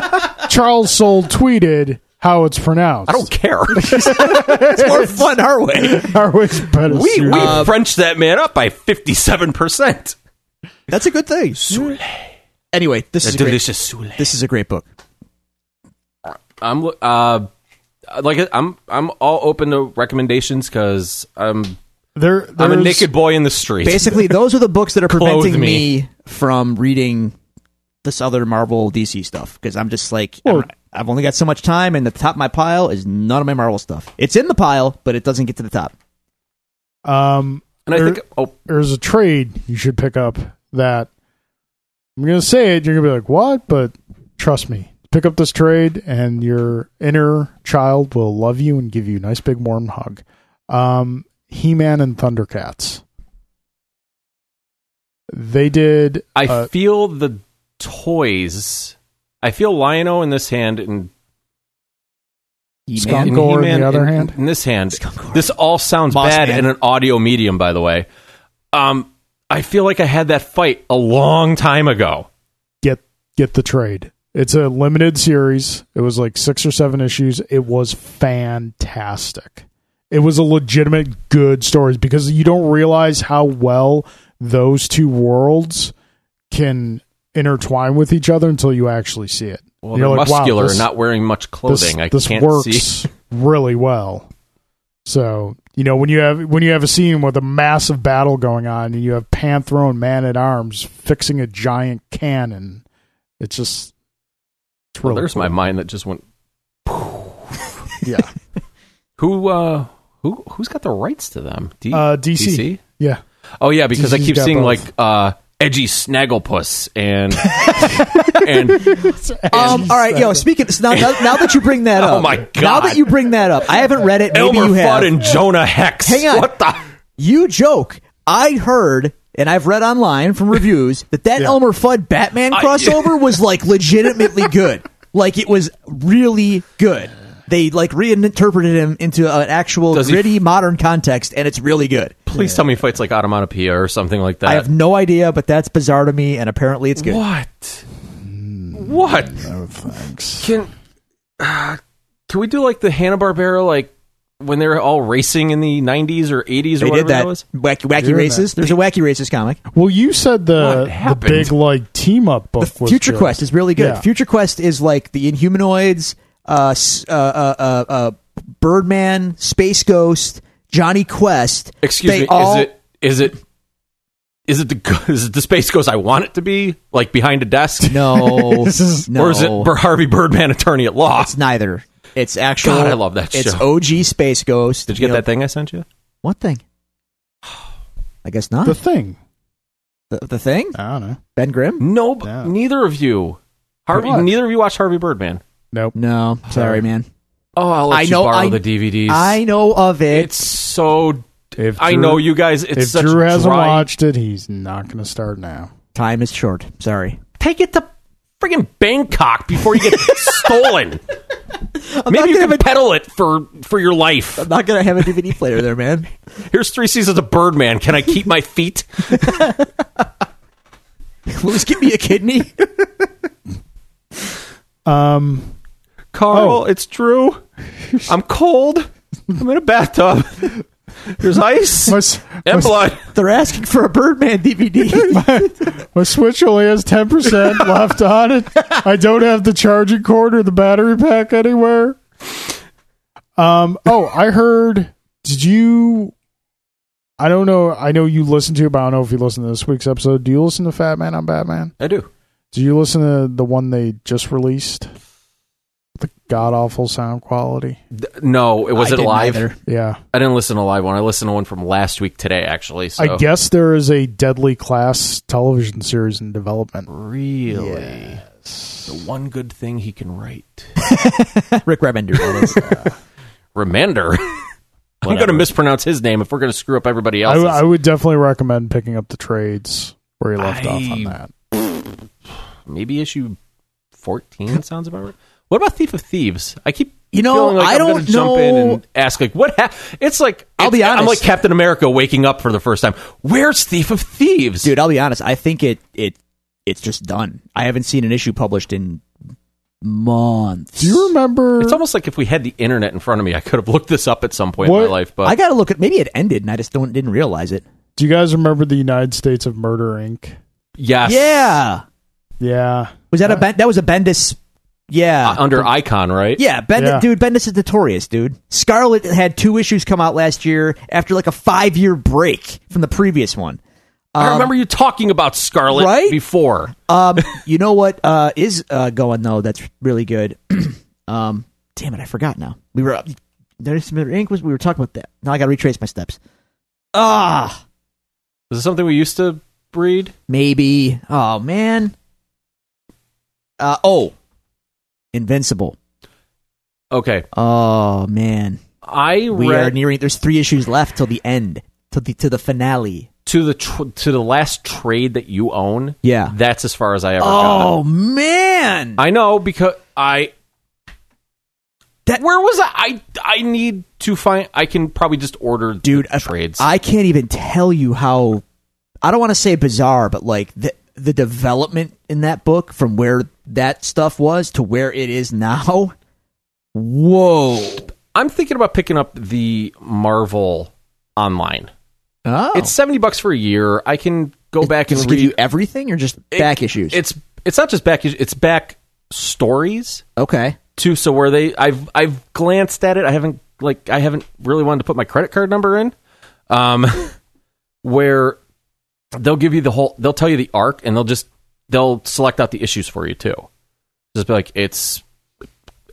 [SPEAKER 1] Charles Soule tweeted how it's pronounced.
[SPEAKER 3] I don't care.
[SPEAKER 2] It's more fun our way.
[SPEAKER 1] Our way's better
[SPEAKER 3] we we
[SPEAKER 1] suited.
[SPEAKER 3] French that man up by fifty seven percent.
[SPEAKER 2] That's a good thing. Anyway, this is a great,
[SPEAKER 3] Sule.
[SPEAKER 2] this is a great book.
[SPEAKER 3] I'm lo- uh, like I'm I'm all open to recommendations because I'm
[SPEAKER 1] There,
[SPEAKER 3] I'm a
[SPEAKER 1] there's-
[SPEAKER 3] naked boy in the street.
[SPEAKER 2] Basically, those are the books that are preventing
[SPEAKER 3] Clothe
[SPEAKER 2] me.
[SPEAKER 3] me.
[SPEAKER 2] from reading this other Marvel DC stuff because I'm just like
[SPEAKER 1] Well-
[SPEAKER 2] i have only got so much time, and the top of my pile is none of my Marvel stuff. It's in the pile, but it doesn't get to the top.
[SPEAKER 1] Um,
[SPEAKER 3] and I
[SPEAKER 1] there-
[SPEAKER 3] think oh
[SPEAKER 1] there's a trade you should pick up that I'm going to say it. You're going to be like, what? But trust me, pick up this trade and your inner child will love you and give you a nice big warm hug. Um, he Man and Thundercats. They did.
[SPEAKER 3] I
[SPEAKER 1] uh,
[SPEAKER 3] feel the toys. I feel Lion-O in this hand and
[SPEAKER 1] Skunk
[SPEAKER 3] and
[SPEAKER 1] Gore in
[SPEAKER 3] He-Man
[SPEAKER 1] the other
[SPEAKER 3] in,
[SPEAKER 1] hand?
[SPEAKER 3] In this hand,
[SPEAKER 2] Skunk Gore.
[SPEAKER 3] this all sounds
[SPEAKER 2] Boss
[SPEAKER 3] bad
[SPEAKER 2] Man.
[SPEAKER 3] in an audio medium, by the way. Um, I feel like I had that fight a long time ago.
[SPEAKER 1] get get the trade. It's a limited series. It was like six or seven issues. It was fantastic. It was a legitimate good story because you don't realize how well those two worlds can intertwine with each other until you actually see it.
[SPEAKER 3] Well, they're muscular, and not wearing much clothing. I
[SPEAKER 1] this
[SPEAKER 3] can't
[SPEAKER 1] works
[SPEAKER 3] see.
[SPEAKER 1] really well. So you know when you have when you have a scene with a massive battle going on, and you have Panthro and Man at Arms fixing a giant cannon, it's just it's
[SPEAKER 3] Well,
[SPEAKER 1] really
[SPEAKER 3] there's
[SPEAKER 1] cool.
[SPEAKER 3] my mind that just went.
[SPEAKER 1] yeah
[SPEAKER 3] Who uh, who who's got the rights to them? D-
[SPEAKER 1] uh, DC. yeah
[SPEAKER 3] Oh yeah, because I
[SPEAKER 1] DC's
[SPEAKER 3] keep
[SPEAKER 1] got
[SPEAKER 3] seeing
[SPEAKER 1] both.
[SPEAKER 3] like uh, edgy snagglepuss and and
[SPEAKER 2] Um, all right, yo. Speaking so now, now, now that you bring that up,
[SPEAKER 3] Oh my
[SPEAKER 2] Now
[SPEAKER 3] God.
[SPEAKER 2] that you bring that up, I haven't read it. Maybe
[SPEAKER 3] Elmer
[SPEAKER 2] you have.
[SPEAKER 3] Fudd and Jonah Hex.
[SPEAKER 2] Hang on.
[SPEAKER 3] what the?
[SPEAKER 2] you joke. I heard, and I've read online from reviews that that
[SPEAKER 1] Yeah.
[SPEAKER 2] Elmer Fudd Batman
[SPEAKER 3] I-
[SPEAKER 2] crossover was like legitimately good. Like it was really good. They like reinterpreted him into an actual
[SPEAKER 3] Does he-
[SPEAKER 2] gritty modern context, and it's really good.
[SPEAKER 3] Please tell me he fights like Automatopoeia or something like that.
[SPEAKER 2] I have no idea, but that's bizarre to me, and apparently it's good.
[SPEAKER 3] What? What?
[SPEAKER 1] no thanks
[SPEAKER 3] Can uh, can we do like the Hanna Barbera like when they're all racing in the '90s or '80s or
[SPEAKER 2] They
[SPEAKER 3] whatever
[SPEAKER 2] did that.
[SPEAKER 3] that was?
[SPEAKER 2] Wacky, wacky
[SPEAKER 1] You're in
[SPEAKER 2] races. There's a wacky races comic.
[SPEAKER 1] well you said
[SPEAKER 3] What
[SPEAKER 1] the the
[SPEAKER 3] happened?
[SPEAKER 1] big like team up book was
[SPEAKER 2] Future
[SPEAKER 1] good.
[SPEAKER 2] Quest is really good.
[SPEAKER 1] Yeah.
[SPEAKER 2] Future Quest is like the Inhumanoids, uh, s- uh, uh, uh, uh, Birdman, Space Ghost, Johnny Quest.
[SPEAKER 3] Excuse
[SPEAKER 2] They
[SPEAKER 3] me.
[SPEAKER 2] all-
[SPEAKER 3] Is it is it is it the is it the space ghost I want it to be like behind a desk?
[SPEAKER 2] No,
[SPEAKER 1] This is-
[SPEAKER 2] no.
[SPEAKER 3] Or is it Ber- Harvey Birdman, attorney at law?
[SPEAKER 2] It's neither. It's actual.
[SPEAKER 3] God, I love that
[SPEAKER 2] It's
[SPEAKER 3] show.
[SPEAKER 2] OG Space Ghost.
[SPEAKER 3] Did you get
[SPEAKER 2] know-
[SPEAKER 3] that thing I sent you?
[SPEAKER 2] What thing? I guess not.
[SPEAKER 1] The
[SPEAKER 2] The,
[SPEAKER 1] thing.
[SPEAKER 2] the, thing?
[SPEAKER 1] I don't know.
[SPEAKER 2] Ben Grimm?
[SPEAKER 3] No, b-
[SPEAKER 1] Yeah.
[SPEAKER 3] neither of you. Harvey,
[SPEAKER 1] What?
[SPEAKER 3] neither of you watched Harvey Birdman.
[SPEAKER 1] Nope.
[SPEAKER 2] No, sorry, man.
[SPEAKER 3] Oh, I'll let
[SPEAKER 2] I
[SPEAKER 3] you
[SPEAKER 2] know-
[SPEAKER 3] borrow
[SPEAKER 2] I-
[SPEAKER 3] the DVDs.
[SPEAKER 2] I know of it.
[SPEAKER 3] it's so.
[SPEAKER 1] If
[SPEAKER 3] I
[SPEAKER 1] Drew-
[SPEAKER 3] know you guys. It's
[SPEAKER 1] If
[SPEAKER 3] such
[SPEAKER 1] Drew hasn't
[SPEAKER 3] dry-
[SPEAKER 1] watched it, he's not going to start now.
[SPEAKER 2] Time is short. Sorry.
[SPEAKER 3] Take it to friggin' Bangkok before you get stolen. Maybe
[SPEAKER 2] not
[SPEAKER 3] you
[SPEAKER 2] gonna
[SPEAKER 3] can peddle it for for your life.
[SPEAKER 2] I'm not gonna have a DVD player there, man.
[SPEAKER 3] Here's three seasons of Birdman. Can I keep my feet?
[SPEAKER 1] Oh.
[SPEAKER 2] Will this give me a kidney?
[SPEAKER 1] Um,
[SPEAKER 3] Carl,
[SPEAKER 1] Oh.
[SPEAKER 3] it's Drew. I'm cold. I'm in a bathtub. There's ice
[SPEAKER 1] my, s-
[SPEAKER 3] and blood.
[SPEAKER 2] They're asking for a Birdman DVD.
[SPEAKER 1] my Switch only has 10% left on it. I don't have the charging cord or the battery pack anywhere. Um, oh, I heard. Did you. I don't know. I know you listened to it, but I don't know if you listened to this week's episode. Do you listen to Fat Man on Batman?
[SPEAKER 3] I do.
[SPEAKER 1] Do you listen to the one they just released? The god awful sound quality.
[SPEAKER 3] No, it was
[SPEAKER 2] I
[SPEAKER 3] it
[SPEAKER 2] didn't
[SPEAKER 3] live?
[SPEAKER 2] either.
[SPEAKER 1] Yeah.
[SPEAKER 3] I didn't listen to a live one. I listened to one from last week today, actually. So
[SPEAKER 1] I guess there is a Deadly Class television series in development.
[SPEAKER 3] really, the one good thing he can write,
[SPEAKER 2] Rick Remender.
[SPEAKER 3] Remender. I'm going to
[SPEAKER 2] Whatever.
[SPEAKER 3] mispronounce his name if we're going to screw up everybody
[SPEAKER 1] I,
[SPEAKER 3] else's.
[SPEAKER 1] I would definitely recommend picking up the trades where he left off on
[SPEAKER 3] I-
[SPEAKER 1] that.
[SPEAKER 3] Maybe issue 14 sounds about right. What about Thief of Thieves? I keep
[SPEAKER 2] You know,
[SPEAKER 3] feeling like
[SPEAKER 2] I
[SPEAKER 3] am
[SPEAKER 2] don't
[SPEAKER 3] gonna jump in
[SPEAKER 2] know-
[SPEAKER 3] and ask like what hap It's like
[SPEAKER 2] I'll be
[SPEAKER 3] it's- I'm
[SPEAKER 2] honest.
[SPEAKER 3] like Captain America waking up for the first time. Where's Thief of Thieves?
[SPEAKER 2] Dude, I'll be honest. I think it it it's just done. I haven't seen an issue published in months.
[SPEAKER 1] Do you remember?
[SPEAKER 3] It's almost like if we had the internet in front of me, I could have looked this up at some point in
[SPEAKER 1] What-
[SPEAKER 3] my life. But
[SPEAKER 2] I gotta look at. Maybe it ended, and I just don't didn't realize it.
[SPEAKER 1] do you guys remember the United States of Murder Inc.?
[SPEAKER 3] yes,
[SPEAKER 2] Yeah,
[SPEAKER 1] Yeah,
[SPEAKER 2] was that a ben, that was a Bendis? Yeah,
[SPEAKER 3] Uh, under Icon, right?
[SPEAKER 2] yeah, Bendis,
[SPEAKER 1] Yeah.
[SPEAKER 2] dude. Bendis is notorious, dude. Scarlet had two issues come out last year after like a five year break from the previous one. Um,
[SPEAKER 3] I remember you talking about Scarlet
[SPEAKER 2] Right?
[SPEAKER 3] before.
[SPEAKER 2] Um, you know what uh, is uh, going though? That's really good. um, damn it, I forgot now. We were notice Mr. Ink was we were talking about that. Now I got to retrace my steps. Ah,
[SPEAKER 3] Is it something we used to read?
[SPEAKER 2] maybe. Oh man. Uh, oh, Invincible.
[SPEAKER 3] Okay,
[SPEAKER 2] Oh man,
[SPEAKER 3] I
[SPEAKER 2] we
[SPEAKER 3] read
[SPEAKER 2] are nearing. There's three issues left till the end, till the to the finale.
[SPEAKER 3] to the tr- to the last trade that you own.
[SPEAKER 2] Yeah.
[SPEAKER 3] that's as far as I ever got.
[SPEAKER 2] Oh man,
[SPEAKER 3] I know because I.
[SPEAKER 2] That-
[SPEAKER 3] where was I? I I need to find. I can probably just order
[SPEAKER 2] dude
[SPEAKER 3] the
[SPEAKER 2] I-
[SPEAKER 3] trades.
[SPEAKER 2] I, can't even tell you how i don't want to say bizarre but like the the development in that book from where that stuff was to where it is now whoa
[SPEAKER 3] I'm thinking about picking up the Marvel online.
[SPEAKER 2] oh
[SPEAKER 3] It's seventy bucks for a year. I can go back
[SPEAKER 2] does
[SPEAKER 3] and
[SPEAKER 2] it
[SPEAKER 3] read.
[SPEAKER 2] give you everything or just
[SPEAKER 3] it-
[SPEAKER 2] back issues
[SPEAKER 3] It's it's not just back. issues, It's back stories
[SPEAKER 2] okay
[SPEAKER 3] too. So where they, I've I've glanced at it. I haven't like I haven't really wanted to put my credit card number in. Um, where they'll give you the whole. They'll tell you the arc, and they'll just they'll select out the issues for you too. Just be like it's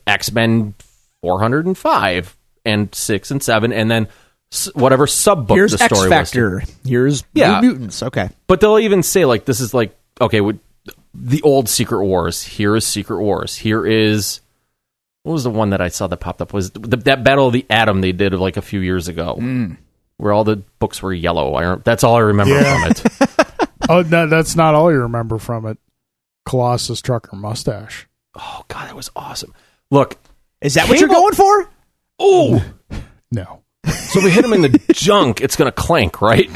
[SPEAKER 3] X Men four hundred and five and six and seven, and then s- whatever sub book
[SPEAKER 2] here's
[SPEAKER 3] the story
[SPEAKER 2] x
[SPEAKER 3] was.
[SPEAKER 2] factor here's
[SPEAKER 3] Yeah.
[SPEAKER 2] New mutants okay
[SPEAKER 3] But they'll even say like this is like okay, with the old Secret Wars. Here is Secret Wars. Here is what was the one that I saw that popped up was the, that Battle of the Atom they did like a few years ago, where all the books were yellow. I rem- that's all I remember
[SPEAKER 1] Yeah.
[SPEAKER 3] from it.
[SPEAKER 1] oh, no, that's not all you remember from it. Colossus trucker mustache.
[SPEAKER 3] Oh god, that was awesome. Look,
[SPEAKER 2] is that what you're
[SPEAKER 3] Cable-
[SPEAKER 2] going for
[SPEAKER 3] oh,
[SPEAKER 1] No,
[SPEAKER 3] so if we hit him in the junk, it's gonna clank, right?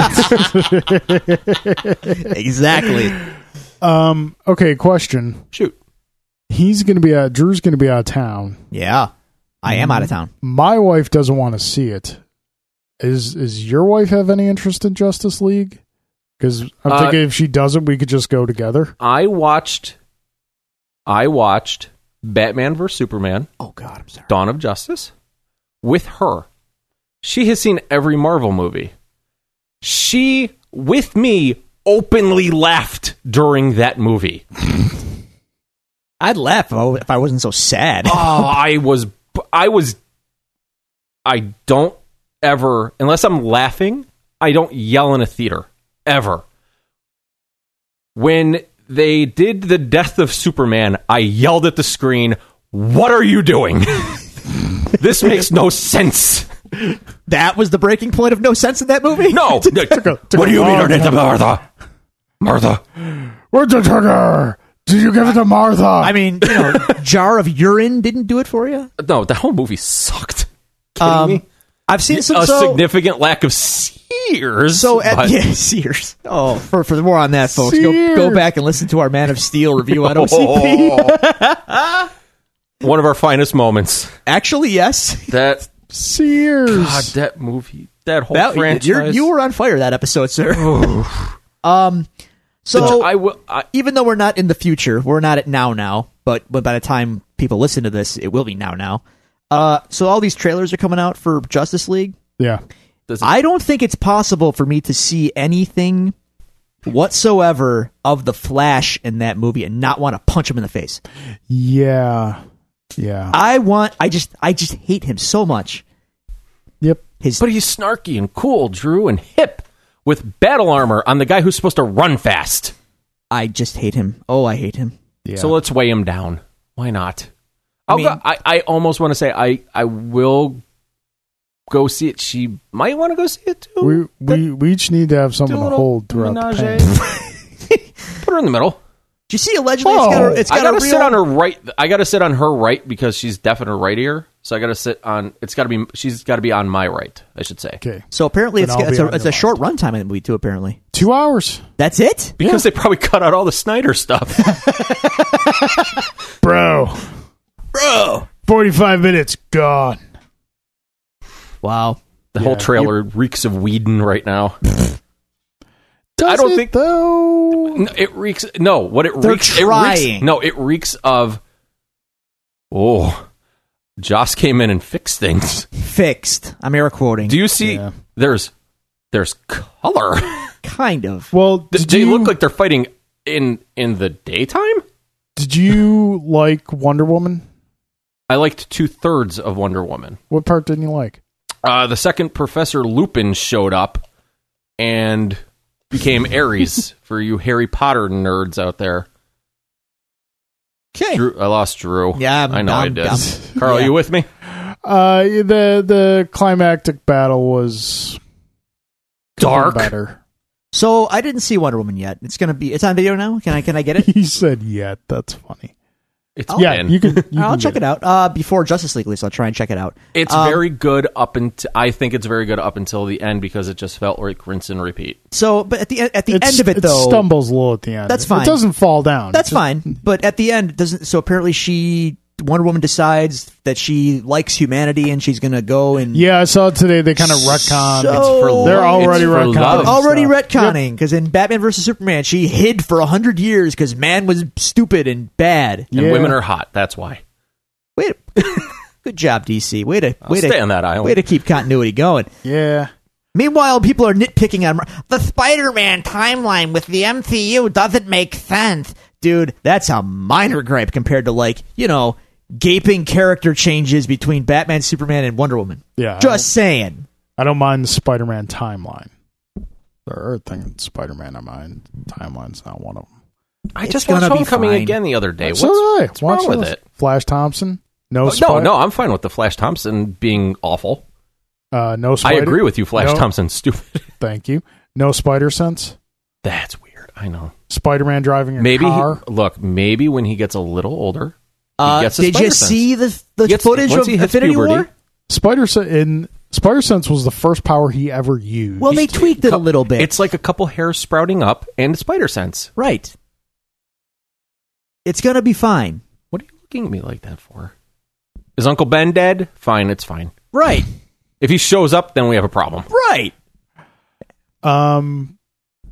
[SPEAKER 2] exactly
[SPEAKER 1] Um. Okay. Question.
[SPEAKER 3] Shoot,
[SPEAKER 1] He's gonna be out. Drew's gonna be out of town.
[SPEAKER 2] yeah i am
[SPEAKER 3] Mm.
[SPEAKER 2] out of town
[SPEAKER 1] My wife doesn't want to see it. Is is your wife have any interest in Justice League? Because I'm
[SPEAKER 3] Uh,
[SPEAKER 1] thinking if she doesn't, we could just go together.
[SPEAKER 3] I watched, I watched Batman vs Superman.
[SPEAKER 2] oh god i'm sorry
[SPEAKER 3] Dawn of Justice with her. She has seen every Marvel movie. She, with me, openly laughed during that movie.
[SPEAKER 2] i'd laugh if I, if I wasn't so sad
[SPEAKER 3] Ah. Oh, I was. b- I was. I don't ever, unless I'm laughing, I don't yell in a theater ever. When they did the death of Superman, I yelled at the screen, "What are you doing? this makes no sense."
[SPEAKER 2] That was the breaking point of no sense in that movie.
[SPEAKER 3] No,
[SPEAKER 1] took
[SPEAKER 3] what
[SPEAKER 1] a
[SPEAKER 3] do you mean,
[SPEAKER 1] long
[SPEAKER 3] her name's
[SPEAKER 1] time.
[SPEAKER 3] Martha? Martha.
[SPEAKER 1] Where's the trigger? Did you give it to Martha?
[SPEAKER 2] I mean, you know, jar of urine didn't do it for you.
[SPEAKER 3] No, the whole movie sucked. Kidding
[SPEAKER 2] Um,
[SPEAKER 3] me?
[SPEAKER 2] I've seen some
[SPEAKER 3] a
[SPEAKER 2] so,
[SPEAKER 3] significant lack of seers.
[SPEAKER 2] So at,
[SPEAKER 3] but-
[SPEAKER 2] yeah, Sears. Oh, for for more on that, folks, go, go
[SPEAKER 1] Sears.
[SPEAKER 2] back and listen to our Man of Steel review on OCP.
[SPEAKER 3] Oh. one of our finest moments.
[SPEAKER 2] Actually, yes,
[SPEAKER 3] That
[SPEAKER 1] Sears.
[SPEAKER 3] God, that movie, that whole
[SPEAKER 2] that,
[SPEAKER 3] franchise.
[SPEAKER 2] you're, you were on fire that episode, sir. um, so
[SPEAKER 3] I will. I,
[SPEAKER 2] even though we're not in the future, we're not at now now, but but by the time people listen to this, it will be now now. Uh, so all these trailers are coming out for Justice League.
[SPEAKER 1] Yeah.
[SPEAKER 3] does-
[SPEAKER 2] I don't think it's possible for me to see anything whatsoever of the Flash in that movie and not want to punch him in the face.
[SPEAKER 1] Yeah.
[SPEAKER 3] Ah.
[SPEAKER 1] Yeah.
[SPEAKER 2] I want. I just. I just hate him so much.
[SPEAKER 1] yep.
[SPEAKER 2] His.
[SPEAKER 3] but he's snarky and cool, Drew, and hip with battle armor on the guy who's supposed to run fast.
[SPEAKER 2] I just hate him. Oh, I hate him.
[SPEAKER 1] Yeah.
[SPEAKER 3] So let's weigh him down. Why not? I'll
[SPEAKER 2] mean-
[SPEAKER 3] go, I, I almost want to say I, I will go see it. She might want to go see it too.
[SPEAKER 1] we we, we each need to have something
[SPEAKER 3] Do a
[SPEAKER 1] to
[SPEAKER 3] little
[SPEAKER 1] hold throughout the
[SPEAKER 3] menage.
[SPEAKER 1] pain.
[SPEAKER 3] Put her in the middle.
[SPEAKER 2] Do you see? Allegedly, it's got.
[SPEAKER 1] Oh,
[SPEAKER 2] A, it's
[SPEAKER 3] I
[SPEAKER 2] got
[SPEAKER 3] gotta
[SPEAKER 2] a real.
[SPEAKER 3] sit on her right. I gotta sit on her right because she's deaf in her right ear. So I gotta sit on. It's gotta be. She's gotta be on my right. I should say
[SPEAKER 1] Okay.
[SPEAKER 2] so apparently,
[SPEAKER 1] Then
[SPEAKER 2] it's
[SPEAKER 1] I'll
[SPEAKER 2] got- it's
[SPEAKER 1] be
[SPEAKER 2] a,
[SPEAKER 1] on
[SPEAKER 2] it's
[SPEAKER 1] your
[SPEAKER 2] a short runtime in the movie too. Apparently,
[SPEAKER 1] Two hours.
[SPEAKER 2] that's it.
[SPEAKER 3] because they probably cut out all the Snyder stuff.
[SPEAKER 1] Bro.
[SPEAKER 2] Bro.
[SPEAKER 1] Forty five minutes gone.
[SPEAKER 2] Wow.
[SPEAKER 3] the whole trailer reeks of Whedon right now.
[SPEAKER 1] Does
[SPEAKER 3] I don't
[SPEAKER 1] it,
[SPEAKER 3] think-
[SPEAKER 1] though
[SPEAKER 3] No, it reeks. No, what it
[SPEAKER 2] They're
[SPEAKER 3] reeks. it reeks-
[SPEAKER 2] trying.
[SPEAKER 3] no, it reeks of. Oh, Joss came in and fixed things.
[SPEAKER 2] Fixed. I'm air quoting.
[SPEAKER 3] Do you see?
[SPEAKER 1] Yeah.
[SPEAKER 3] There's, there's color.
[SPEAKER 2] kind of.
[SPEAKER 1] Well
[SPEAKER 3] Th-
[SPEAKER 1] did
[SPEAKER 3] they
[SPEAKER 1] you,
[SPEAKER 3] look like they're fighting in in the daytime.
[SPEAKER 1] did you like Wonder Woman?
[SPEAKER 3] I liked two thirds of Wonder Woman.
[SPEAKER 1] What part didn't you like?
[SPEAKER 3] Uh, the second Professor Lupin showed up and became Ares for you Harry Potter nerds out there.
[SPEAKER 2] Okay.
[SPEAKER 3] Drew, I lost Drew.
[SPEAKER 2] Yeah, I'm
[SPEAKER 3] I know I
[SPEAKER 2] dumb,
[SPEAKER 3] did.
[SPEAKER 2] dumb.
[SPEAKER 3] Carl,
[SPEAKER 2] Yeah.
[SPEAKER 3] you with me?
[SPEAKER 1] Uh the the climactic battle was
[SPEAKER 3] Dark.
[SPEAKER 1] better.
[SPEAKER 2] So I didn't see Wonder Woman yet. It's gonna be. It's on video now. Can I? Can I get it?
[SPEAKER 1] He said yeah, that's funny.
[SPEAKER 3] It's
[SPEAKER 1] yeah,
[SPEAKER 3] been.
[SPEAKER 1] you could you
[SPEAKER 2] I'll
[SPEAKER 1] can
[SPEAKER 2] check
[SPEAKER 1] get
[SPEAKER 2] it out uh, before Justice League. At least I'll try and check it out.
[SPEAKER 3] It's
[SPEAKER 2] Um,
[SPEAKER 3] very good up until I think it's very good up until the end because it just felt like rinse and repeat.
[SPEAKER 2] So, but at the e- at the
[SPEAKER 1] It's-
[SPEAKER 2] end of it, though,
[SPEAKER 1] stumbles a little at the end.
[SPEAKER 2] That's fine.
[SPEAKER 1] It doesn't fall down.
[SPEAKER 2] That's
[SPEAKER 1] It just-
[SPEAKER 2] fine. But at the end, it doesn't. So apparently, she Wonder Woman decides that she likes humanity and she's gonna go and
[SPEAKER 1] Yeah, I saw it today. They kind of retcon.
[SPEAKER 2] So-
[SPEAKER 3] It's for
[SPEAKER 1] They're
[SPEAKER 3] love.
[SPEAKER 1] already
[SPEAKER 3] it's for
[SPEAKER 1] retconning.
[SPEAKER 3] love.
[SPEAKER 2] already
[SPEAKER 1] stuff.
[SPEAKER 2] retconning because in Batman versus Superman, she hid for a hundred years because man was stupid and bad.
[SPEAKER 3] and
[SPEAKER 1] Yeah.
[SPEAKER 3] women are hot. That's why.
[SPEAKER 2] Wait, good job, DC. Way to
[SPEAKER 3] I'll
[SPEAKER 2] way
[SPEAKER 3] stay
[SPEAKER 2] to
[SPEAKER 3] on that island.
[SPEAKER 2] way to keep continuity going.
[SPEAKER 1] yeah.
[SPEAKER 2] Meanwhile, people are nitpicking on the Spider-Man timeline with the MCU doesn't make sense, dude. That's a minor gripe compared to like you know gaping character changes between Batman, Superman, and Wonder Woman.
[SPEAKER 3] Uh,
[SPEAKER 1] Yeah. I
[SPEAKER 2] Just saying.
[SPEAKER 1] I don't mind the Spider Man timeline. The Earth thing, Spider Man, I mind. Timeline's not one of them.
[SPEAKER 3] I
[SPEAKER 2] It's
[SPEAKER 3] just watched
[SPEAKER 2] gonna be
[SPEAKER 3] Homecoming
[SPEAKER 2] fine.
[SPEAKER 3] again the other day. What's,
[SPEAKER 1] so did I.
[SPEAKER 3] what's wrong
[SPEAKER 1] Watch
[SPEAKER 3] with
[SPEAKER 1] those.
[SPEAKER 3] it?
[SPEAKER 1] Flash Thompson. No,
[SPEAKER 3] Oh, no,
[SPEAKER 1] Spi-
[SPEAKER 3] no, I'm fine with the Flash Thompson being awful.
[SPEAKER 1] Uh, no
[SPEAKER 3] I
[SPEAKER 1] spider.
[SPEAKER 3] agree with you, Flash
[SPEAKER 1] No.
[SPEAKER 3] Thompson's stupid.
[SPEAKER 1] Thank you. No spider sense.
[SPEAKER 3] That's weird. I know.
[SPEAKER 1] Spider Man driving a
[SPEAKER 3] Maybe he-
[SPEAKER 1] car.
[SPEAKER 3] look, maybe when he gets a little older,
[SPEAKER 2] Uh,
[SPEAKER 3] gets a
[SPEAKER 2] did you
[SPEAKER 3] Spider-Sense.
[SPEAKER 2] see the the
[SPEAKER 3] Gets-
[SPEAKER 2] footage
[SPEAKER 3] once
[SPEAKER 2] of
[SPEAKER 3] he hits
[SPEAKER 2] Infinity
[SPEAKER 3] puberty-
[SPEAKER 2] War?
[SPEAKER 1] Spider Sense in Spider Sense was the first power he ever used.
[SPEAKER 2] Well, they tweaked it a
[SPEAKER 3] cou-
[SPEAKER 2] little bit.
[SPEAKER 3] It's like a couple hairs sprouting up and spider sense.
[SPEAKER 2] right. It's gonna be fine.
[SPEAKER 3] What are you looking at me like that for? Is Uncle Ben dead? Fine, it's fine.
[SPEAKER 2] Right.
[SPEAKER 3] If he shows up, then we have a problem.
[SPEAKER 2] Right.
[SPEAKER 1] um,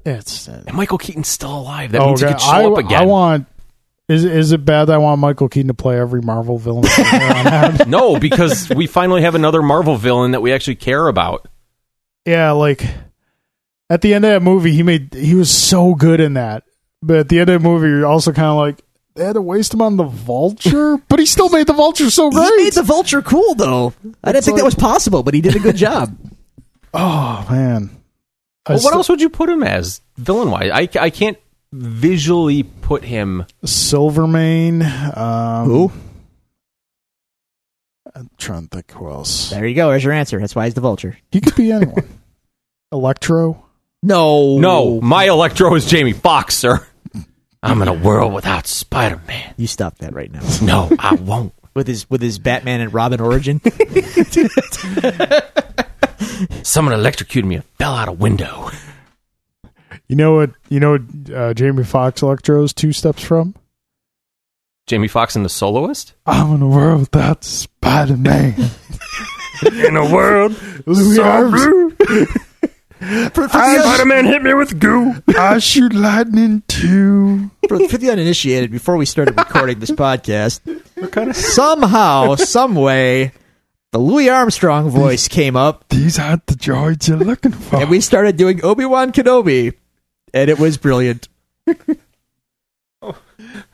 [SPEAKER 1] it's
[SPEAKER 3] And Michael Keaton's still alive. That
[SPEAKER 1] oh,
[SPEAKER 3] means he
[SPEAKER 1] God.
[SPEAKER 3] could show
[SPEAKER 1] I,
[SPEAKER 3] up again.
[SPEAKER 1] I want. Is is it bad that I want Michael Keaton to play every Marvel villain? from here on out?
[SPEAKER 3] no, because we finally have another Marvel villain that we actually care about.
[SPEAKER 1] yeah, like at the end of that movie, he made he was so good in that. But at the end of the movie, you're also kind of like they had to waste him on the vulture, but he still made the vulture so great.
[SPEAKER 2] He made the vulture cool, though. I didn't think that
[SPEAKER 1] like-
[SPEAKER 2] was possible, but he did a good job.
[SPEAKER 1] oh man. I
[SPEAKER 3] Well, what
[SPEAKER 1] still-
[SPEAKER 3] else would you put him as villain wise? I, I can't visually put him.
[SPEAKER 1] Silvermane. Um,
[SPEAKER 2] Who?
[SPEAKER 1] I'm trying to think who else.
[SPEAKER 2] There you go. There's your answer. That's why he's the vulture.
[SPEAKER 1] He could be anyone. Electro.
[SPEAKER 2] No,
[SPEAKER 3] No, my Electro is Jamie Foxx, sir. I'm in a world without Spider Man.
[SPEAKER 2] You stop that right now
[SPEAKER 3] No, I won't.
[SPEAKER 2] with his with his Batman and Robin origin.
[SPEAKER 3] Someone electrocuted me and fell out a window.
[SPEAKER 1] You know what? You know what? Uh, Jamie Foxx Electro is two steps from.
[SPEAKER 3] Jamie Foxx in The Soloist?
[SPEAKER 1] I'm in a world without Spider Man.
[SPEAKER 3] In a world.
[SPEAKER 1] Louis Arms.
[SPEAKER 2] for, for,
[SPEAKER 1] I-
[SPEAKER 2] the,
[SPEAKER 3] Man hit me with goo.
[SPEAKER 1] I shoot lightning too.
[SPEAKER 2] for, for the uninitiated, before we started recording this podcast, somehow, some way, the Louis Armstrong voice came up,
[SPEAKER 1] These aren't the droids you're looking for.
[SPEAKER 2] and we started doing Obi Wan Kenobi, and it was brilliant.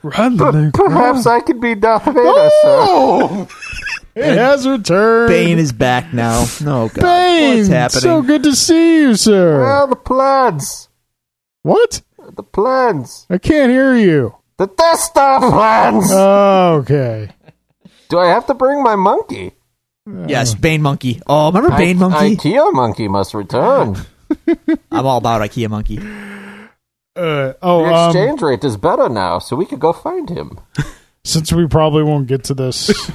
[SPEAKER 1] Run, Luke. Perhaps
[SPEAKER 4] I could be Darth Vader, sir.
[SPEAKER 1] Oh! it has returned.
[SPEAKER 4] uh,
[SPEAKER 2] Bane is back now. No, Oh, God,
[SPEAKER 1] Bane!
[SPEAKER 2] what's happening?
[SPEAKER 1] So good to see you, sir.
[SPEAKER 4] Well, the plans.
[SPEAKER 1] what?
[SPEAKER 4] The plans.
[SPEAKER 1] I can't hear you.
[SPEAKER 4] The Death Star plans.
[SPEAKER 1] Oh, okay.
[SPEAKER 4] Do I have to bring my monkey?
[SPEAKER 2] yes, Bane monkey. Oh, remember Bane
[SPEAKER 4] I-
[SPEAKER 2] monkey?
[SPEAKER 4] IKEA monkey must return.
[SPEAKER 2] I'm all about IKEA monkey.
[SPEAKER 1] Uh,
[SPEAKER 4] The
[SPEAKER 1] oh, um,
[SPEAKER 4] exchange rate is better now, so we could go find him.
[SPEAKER 1] since we probably won't get to this.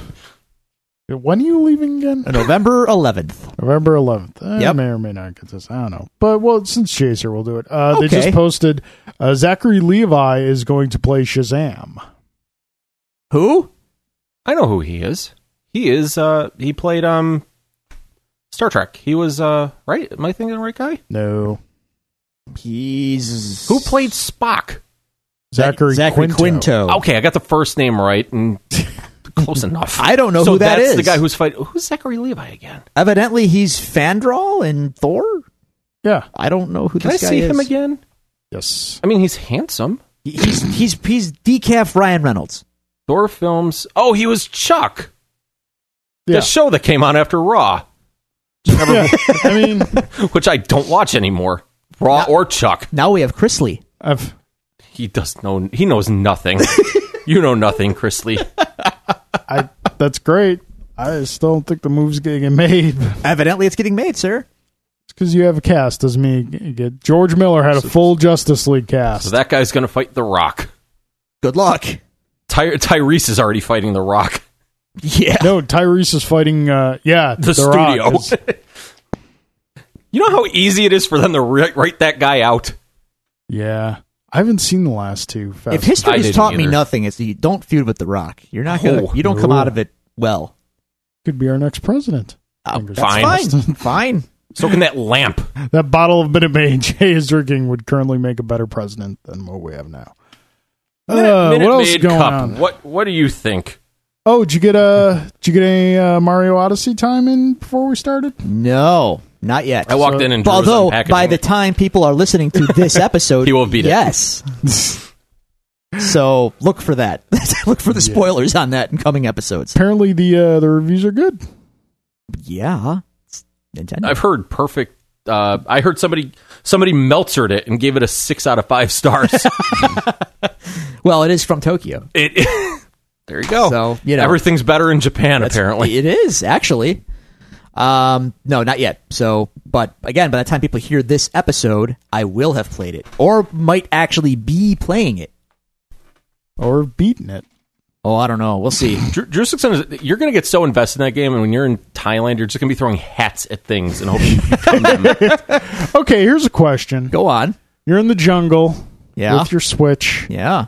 [SPEAKER 1] Uh, when are you leaving again?
[SPEAKER 2] November 11th.
[SPEAKER 1] November 11th. I
[SPEAKER 2] Yep.
[SPEAKER 1] may or may not get this. I don't know. But, well, since Chaser will do it, uh, they
[SPEAKER 2] Okay.
[SPEAKER 1] just posted uh, Zachary Levi is going to play Shazam.
[SPEAKER 2] Who?
[SPEAKER 3] I know who he is. He is, uh, he played, um, Star Trek. He was, uh, right? Am I thinking the right guy?
[SPEAKER 1] No.
[SPEAKER 2] He's
[SPEAKER 3] Who played Spock?
[SPEAKER 1] Zachary,
[SPEAKER 2] Zachary
[SPEAKER 1] Quinto.
[SPEAKER 2] Quinto.
[SPEAKER 3] Okay, I got the first name right and close enough.
[SPEAKER 2] I don't know
[SPEAKER 3] so
[SPEAKER 2] who that
[SPEAKER 3] that's
[SPEAKER 2] is.
[SPEAKER 3] the guy who's fighting. Who's Zachary Levi again?
[SPEAKER 2] Evidently, he's Fandral in Thor.
[SPEAKER 1] Yeah.
[SPEAKER 2] I don't know who
[SPEAKER 3] Can I
[SPEAKER 2] this guy
[SPEAKER 3] see
[SPEAKER 2] is.
[SPEAKER 3] him again?
[SPEAKER 1] Yes.
[SPEAKER 3] I mean, he's handsome.
[SPEAKER 2] He- He's he's he's decaf Ryan Reynolds.
[SPEAKER 3] Thor films. Oh, he was Chuck,
[SPEAKER 1] Yeah.
[SPEAKER 3] the show that came on after Raw,
[SPEAKER 1] yeah. I mean,
[SPEAKER 3] which I don't watch anymore. Raw or Chuck.
[SPEAKER 2] Now we have Chris Lee.
[SPEAKER 1] I've.
[SPEAKER 3] He does know. He knows nothing. you know nothing, Chris Lee.
[SPEAKER 1] I, that's great. I still don't think the move's going to get made.
[SPEAKER 2] Evidently, it's getting made, sir.
[SPEAKER 1] because you have a cast doesn't mean you get George Miller had a full Justice League cast.
[SPEAKER 3] So that guy's gonna fight The Rock.
[SPEAKER 2] Good luck.
[SPEAKER 3] Ty- Tyrese is already fighting The Rock.
[SPEAKER 2] Yeah.
[SPEAKER 1] no, Tyrese is fighting. Uh, yeah,
[SPEAKER 3] The,
[SPEAKER 1] Rock
[SPEAKER 3] studio.
[SPEAKER 1] is-
[SPEAKER 3] you know how easy it is for them to write write that guy out.
[SPEAKER 1] yeah, I haven't seen the last two. Fast.
[SPEAKER 2] If history
[SPEAKER 3] I
[SPEAKER 2] has
[SPEAKER 3] didn't
[SPEAKER 2] taught me
[SPEAKER 3] either.
[SPEAKER 2] nothing, it's that you don't feud with The Rock. You're not gonna.
[SPEAKER 3] Oh,
[SPEAKER 2] you don't come
[SPEAKER 1] no.
[SPEAKER 2] out of it well.
[SPEAKER 1] could be our next president.
[SPEAKER 2] Uh,
[SPEAKER 1] Fingers
[SPEAKER 2] that's
[SPEAKER 1] crossed.
[SPEAKER 2] fine. fine.
[SPEAKER 3] So can that lamp.
[SPEAKER 1] That bottle of Minute Maid Jay is drinking would currently make a better president than what we have now. Uh,
[SPEAKER 3] Minute
[SPEAKER 1] what else is
[SPEAKER 3] Maid
[SPEAKER 1] going
[SPEAKER 3] Cup.
[SPEAKER 1] on?
[SPEAKER 3] What What do you think?
[SPEAKER 1] Oh, did you get a did you get any uh, Mario Odyssey time in before we started?
[SPEAKER 2] No, not yet.
[SPEAKER 3] I walked in and Drew was
[SPEAKER 2] Although
[SPEAKER 3] unpacking
[SPEAKER 2] by the
[SPEAKER 3] it.
[SPEAKER 2] time people are listening to this episode,
[SPEAKER 3] He will beat it.
[SPEAKER 2] yes. so look for that. look for the spoilers on that in coming episodes.
[SPEAKER 1] Apparently the uh, the reviews are good.
[SPEAKER 2] Yeah, it's Nintendo.
[SPEAKER 3] I've heard perfect. Uh, I heard somebody somebody meltzered it and gave it a six out of five stars.
[SPEAKER 2] well, it is from Tokyo.
[SPEAKER 3] it, there you go.
[SPEAKER 2] So, you know.
[SPEAKER 3] everything's better in Japan Oh, apparently.
[SPEAKER 2] it is actually. Um, no, not yet. So, but again, by the time people hear this episode, I will have played it, or might actually be playing it.
[SPEAKER 1] Or beating it.
[SPEAKER 2] Oh, I don't know. We'll see.
[SPEAKER 3] Drew, Drew Sixon, is- you're going to get so invested in that game, and when you're in Thailand, you're just going to be throwing hats at things and hoping you become them.
[SPEAKER 1] Okay, here's a question.
[SPEAKER 2] Go on.
[SPEAKER 1] You're in the jungle
[SPEAKER 2] Yeah.
[SPEAKER 1] with your Switch.
[SPEAKER 2] Yeah.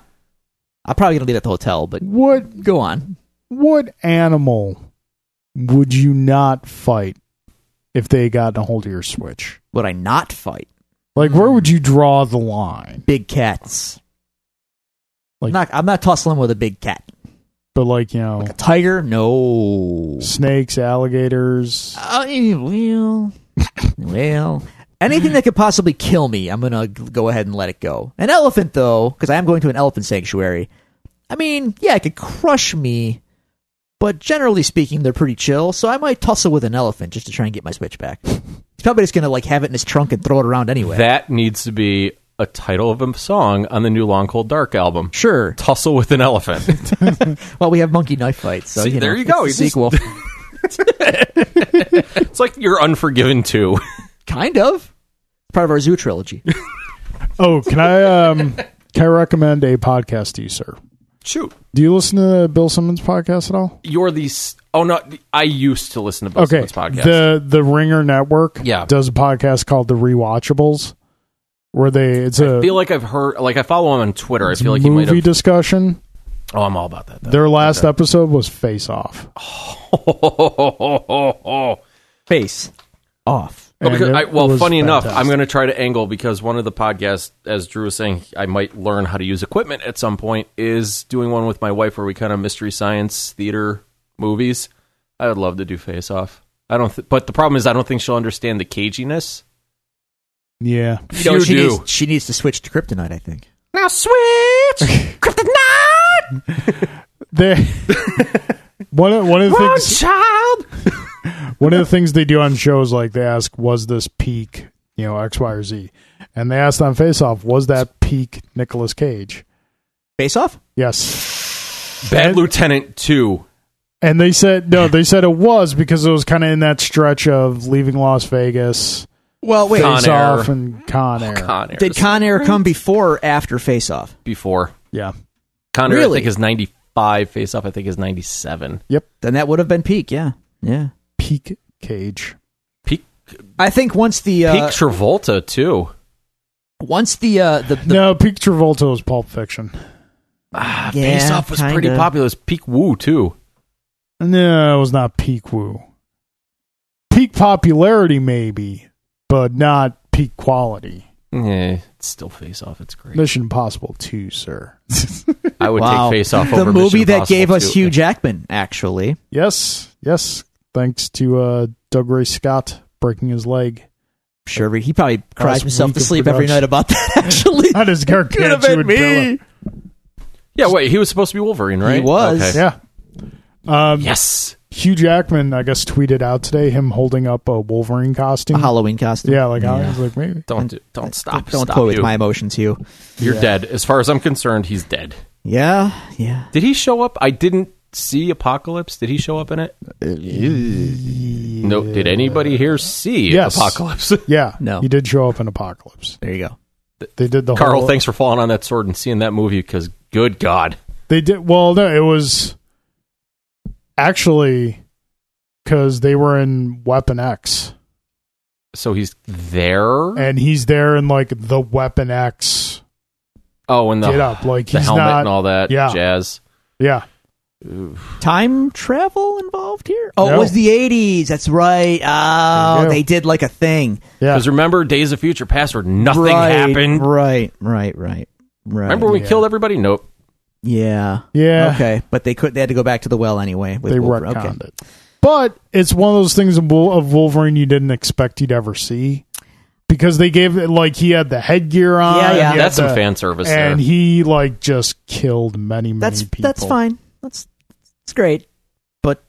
[SPEAKER 2] I'm probably going to leave at the hotel, but
[SPEAKER 1] What
[SPEAKER 2] go on.
[SPEAKER 1] what animal would you not fight if they got a hold of your Switch?
[SPEAKER 2] Would I not fight
[SPEAKER 1] Like, where would
[SPEAKER 3] Hmm.
[SPEAKER 1] you draw the line?
[SPEAKER 2] big cats?
[SPEAKER 1] Like-
[SPEAKER 2] I'm, not, I'm not tussling with a big cat.
[SPEAKER 1] But like, you know,
[SPEAKER 2] A tiger? No.
[SPEAKER 1] snakes, alligators.
[SPEAKER 2] Uh, well, well, anything that could possibly kill me, I'm going to go ahead and let it go. An elephant, though, because I am going to an elephant sanctuary, I mean, yeah, it could crush me, but generally speaking, they're pretty chill. So I might tussle with an elephant just to try and get my switch back. He's probably just gonna like have it in his trunk and throw it around anyway.
[SPEAKER 3] That needs to be a title of a song on the new Long Cold Dark album.
[SPEAKER 2] sure.
[SPEAKER 3] Tussle with an elephant.
[SPEAKER 2] Well, we have monkey knife fights. So
[SPEAKER 3] See,
[SPEAKER 2] you know,
[SPEAKER 3] there you go.
[SPEAKER 2] it's
[SPEAKER 3] You
[SPEAKER 2] the
[SPEAKER 3] just-
[SPEAKER 2] sequel,
[SPEAKER 3] it's like you're Unforgiven too.
[SPEAKER 2] kind of. Part of our zoo trilogy.
[SPEAKER 1] Oh, can I um can I recommend a podcast to you, sir?
[SPEAKER 3] Shoot.
[SPEAKER 1] Do you listen to Bill Simmons podcast at all?
[SPEAKER 3] You're the. s- Oh, no. I used to listen to Bill
[SPEAKER 1] okay,
[SPEAKER 3] Simmons' podcast.
[SPEAKER 1] the the Ringer Network
[SPEAKER 3] Yeah.
[SPEAKER 1] does a podcast called The Rewatchables, where they it's a
[SPEAKER 3] I feel like I've heard. Like, I follow him on Twitter. I feel like he might
[SPEAKER 1] movie
[SPEAKER 3] have.
[SPEAKER 1] discussion.
[SPEAKER 3] oh, I'm all about that. Though.
[SPEAKER 1] Their last episode was Face Off.
[SPEAKER 2] Face off.
[SPEAKER 3] Oh, because
[SPEAKER 1] And it
[SPEAKER 3] I, well,
[SPEAKER 1] was
[SPEAKER 3] funny enough, I'm
[SPEAKER 1] fantastic.
[SPEAKER 3] going to try to angle because one of the podcasts, as Drew was saying, I might learn how to use equipment at some point, is doing one with my wife where we kind of mystery science theater movies. I would love to do Face Off. I don't, th- but the problem is I don't think she'll understand the caginess.
[SPEAKER 1] Yeah,
[SPEAKER 3] You know,
[SPEAKER 2] she
[SPEAKER 3] she
[SPEAKER 2] needs
[SPEAKER 3] do.
[SPEAKER 2] she needs to switch to kryptonite. I think.
[SPEAKER 3] Now switch, kryptonite,
[SPEAKER 1] they one of, one of the things
[SPEAKER 3] child.
[SPEAKER 1] one of the things they do on shows like they ask was this peak you know X Y or Z, and they asked on Face Off was that peak Nicolas Cage?
[SPEAKER 2] Face off.
[SPEAKER 1] Yes,
[SPEAKER 3] Bad
[SPEAKER 1] And-
[SPEAKER 3] Lieutenant Two.
[SPEAKER 1] and they said no. They said it was because it was kind of in that stretch of leaving Las Vegas,
[SPEAKER 2] Well, wait.
[SPEAKER 3] Con
[SPEAKER 1] Face
[SPEAKER 3] Air. Oh,
[SPEAKER 1] Off, and Con Air.
[SPEAKER 3] Con Air.
[SPEAKER 2] Did Con Air come before or after Face Off?
[SPEAKER 3] before?
[SPEAKER 1] yeah,
[SPEAKER 3] Con Air,
[SPEAKER 2] Really?
[SPEAKER 3] I think is 95. Face Off, I think is 97.
[SPEAKER 2] Then that would have been peak. Yeah, yeah.
[SPEAKER 1] peak Cage.
[SPEAKER 3] Peak
[SPEAKER 2] I think once the uh,
[SPEAKER 3] Peak Travolta too.
[SPEAKER 2] once the uh, the, the
[SPEAKER 1] no, peak Travolta was Pulp Fiction.
[SPEAKER 2] Yeah,
[SPEAKER 3] Ah, Face Off was pretty
[SPEAKER 2] kinda.
[SPEAKER 3] popular. It was peak Woo too.
[SPEAKER 1] No, it was not peak woo. Peak popularity, maybe, but not peak quality.
[SPEAKER 3] Yeah, it's still Face Off. It's great.
[SPEAKER 1] Mission Impossible 2, sir.
[SPEAKER 3] I would
[SPEAKER 2] wow.
[SPEAKER 3] take Face Off
[SPEAKER 2] the
[SPEAKER 3] over
[SPEAKER 2] movie
[SPEAKER 3] Mission
[SPEAKER 2] that gave
[SPEAKER 3] Impossible
[SPEAKER 2] us
[SPEAKER 3] too.
[SPEAKER 2] Hugh Jackman. Actually,
[SPEAKER 1] yes, yes. Thanks to uh, Doug Ray Scott breaking his leg.
[SPEAKER 2] sure he probably cries
[SPEAKER 1] was
[SPEAKER 2] himself
[SPEAKER 1] weak
[SPEAKER 2] to
[SPEAKER 1] of
[SPEAKER 2] sleep every
[SPEAKER 1] production.
[SPEAKER 2] night about that. Actually,
[SPEAKER 1] That is
[SPEAKER 2] could have
[SPEAKER 1] gargantuan
[SPEAKER 2] been
[SPEAKER 1] pillow.
[SPEAKER 2] me.
[SPEAKER 3] Yeah, wait. He was supposed to be Wolverine, right?
[SPEAKER 2] was.
[SPEAKER 3] Okay.
[SPEAKER 1] Yeah. Um,
[SPEAKER 3] Yes.
[SPEAKER 1] Hugh Jackman, I guess, tweeted out today him holding up a Wolverine costume.
[SPEAKER 2] A Halloween costume.
[SPEAKER 1] yeah, like I was like, maybe.
[SPEAKER 3] Don't do- don't stop.
[SPEAKER 2] Don't
[SPEAKER 3] stop
[SPEAKER 2] play with
[SPEAKER 3] you.
[SPEAKER 2] my emotions, Hugh.
[SPEAKER 3] You're dead. As far as I'm concerned, he's dead.
[SPEAKER 2] Yeah, yeah.
[SPEAKER 3] Did he show up? I didn't see Apocalypse. Did he show up in it? No. Did anybody here see
[SPEAKER 1] Yes.
[SPEAKER 3] Apocalypse?
[SPEAKER 1] Yeah,
[SPEAKER 2] No.
[SPEAKER 1] He did show up in Apocalypse.
[SPEAKER 2] There you go.
[SPEAKER 1] They did the
[SPEAKER 3] Carl,
[SPEAKER 1] whole
[SPEAKER 3] thanks for falling on that sword and seeing that movie because good God.
[SPEAKER 1] They did well. No, it was actually because they were in Weapon X,
[SPEAKER 3] So he's there.
[SPEAKER 1] and he's there in like the Weapon X
[SPEAKER 3] oh, and the,
[SPEAKER 1] get up. Like
[SPEAKER 3] the
[SPEAKER 1] he's
[SPEAKER 3] helmet
[SPEAKER 1] not.
[SPEAKER 3] and all that
[SPEAKER 1] yeah.
[SPEAKER 3] jazz.
[SPEAKER 1] yeah,
[SPEAKER 2] Time travel involved here? Oh,
[SPEAKER 1] No.
[SPEAKER 2] it was the '80s. That's right.
[SPEAKER 1] There you
[SPEAKER 2] Oh,
[SPEAKER 1] go.
[SPEAKER 2] they did like a thing.
[SPEAKER 1] yeah.
[SPEAKER 3] Because remember, Days of Future Past where nothing
[SPEAKER 2] right,
[SPEAKER 3] happened.
[SPEAKER 2] Right, right, right, right.
[SPEAKER 3] Remember when we
[SPEAKER 1] Yeah.
[SPEAKER 3] killed everybody? Nope.
[SPEAKER 2] Yeah.
[SPEAKER 1] Yeah.
[SPEAKER 2] Okay, but they could. They had to go back to the well anyway. With
[SPEAKER 1] They
[SPEAKER 2] Wolver-
[SPEAKER 1] retconned
[SPEAKER 2] okay.
[SPEAKER 1] it. But it's one of those things of Wol- of Wolverine you didn't expect you'd ever see because they gave it like he had the headgear on.
[SPEAKER 2] Yeah, yeah.
[SPEAKER 1] he had
[SPEAKER 3] That's some
[SPEAKER 1] the-
[SPEAKER 3] fan service
[SPEAKER 1] And
[SPEAKER 3] there.
[SPEAKER 1] he like just killed many, many
[SPEAKER 2] That's
[SPEAKER 1] people.
[SPEAKER 2] that's fine. That's it's great. But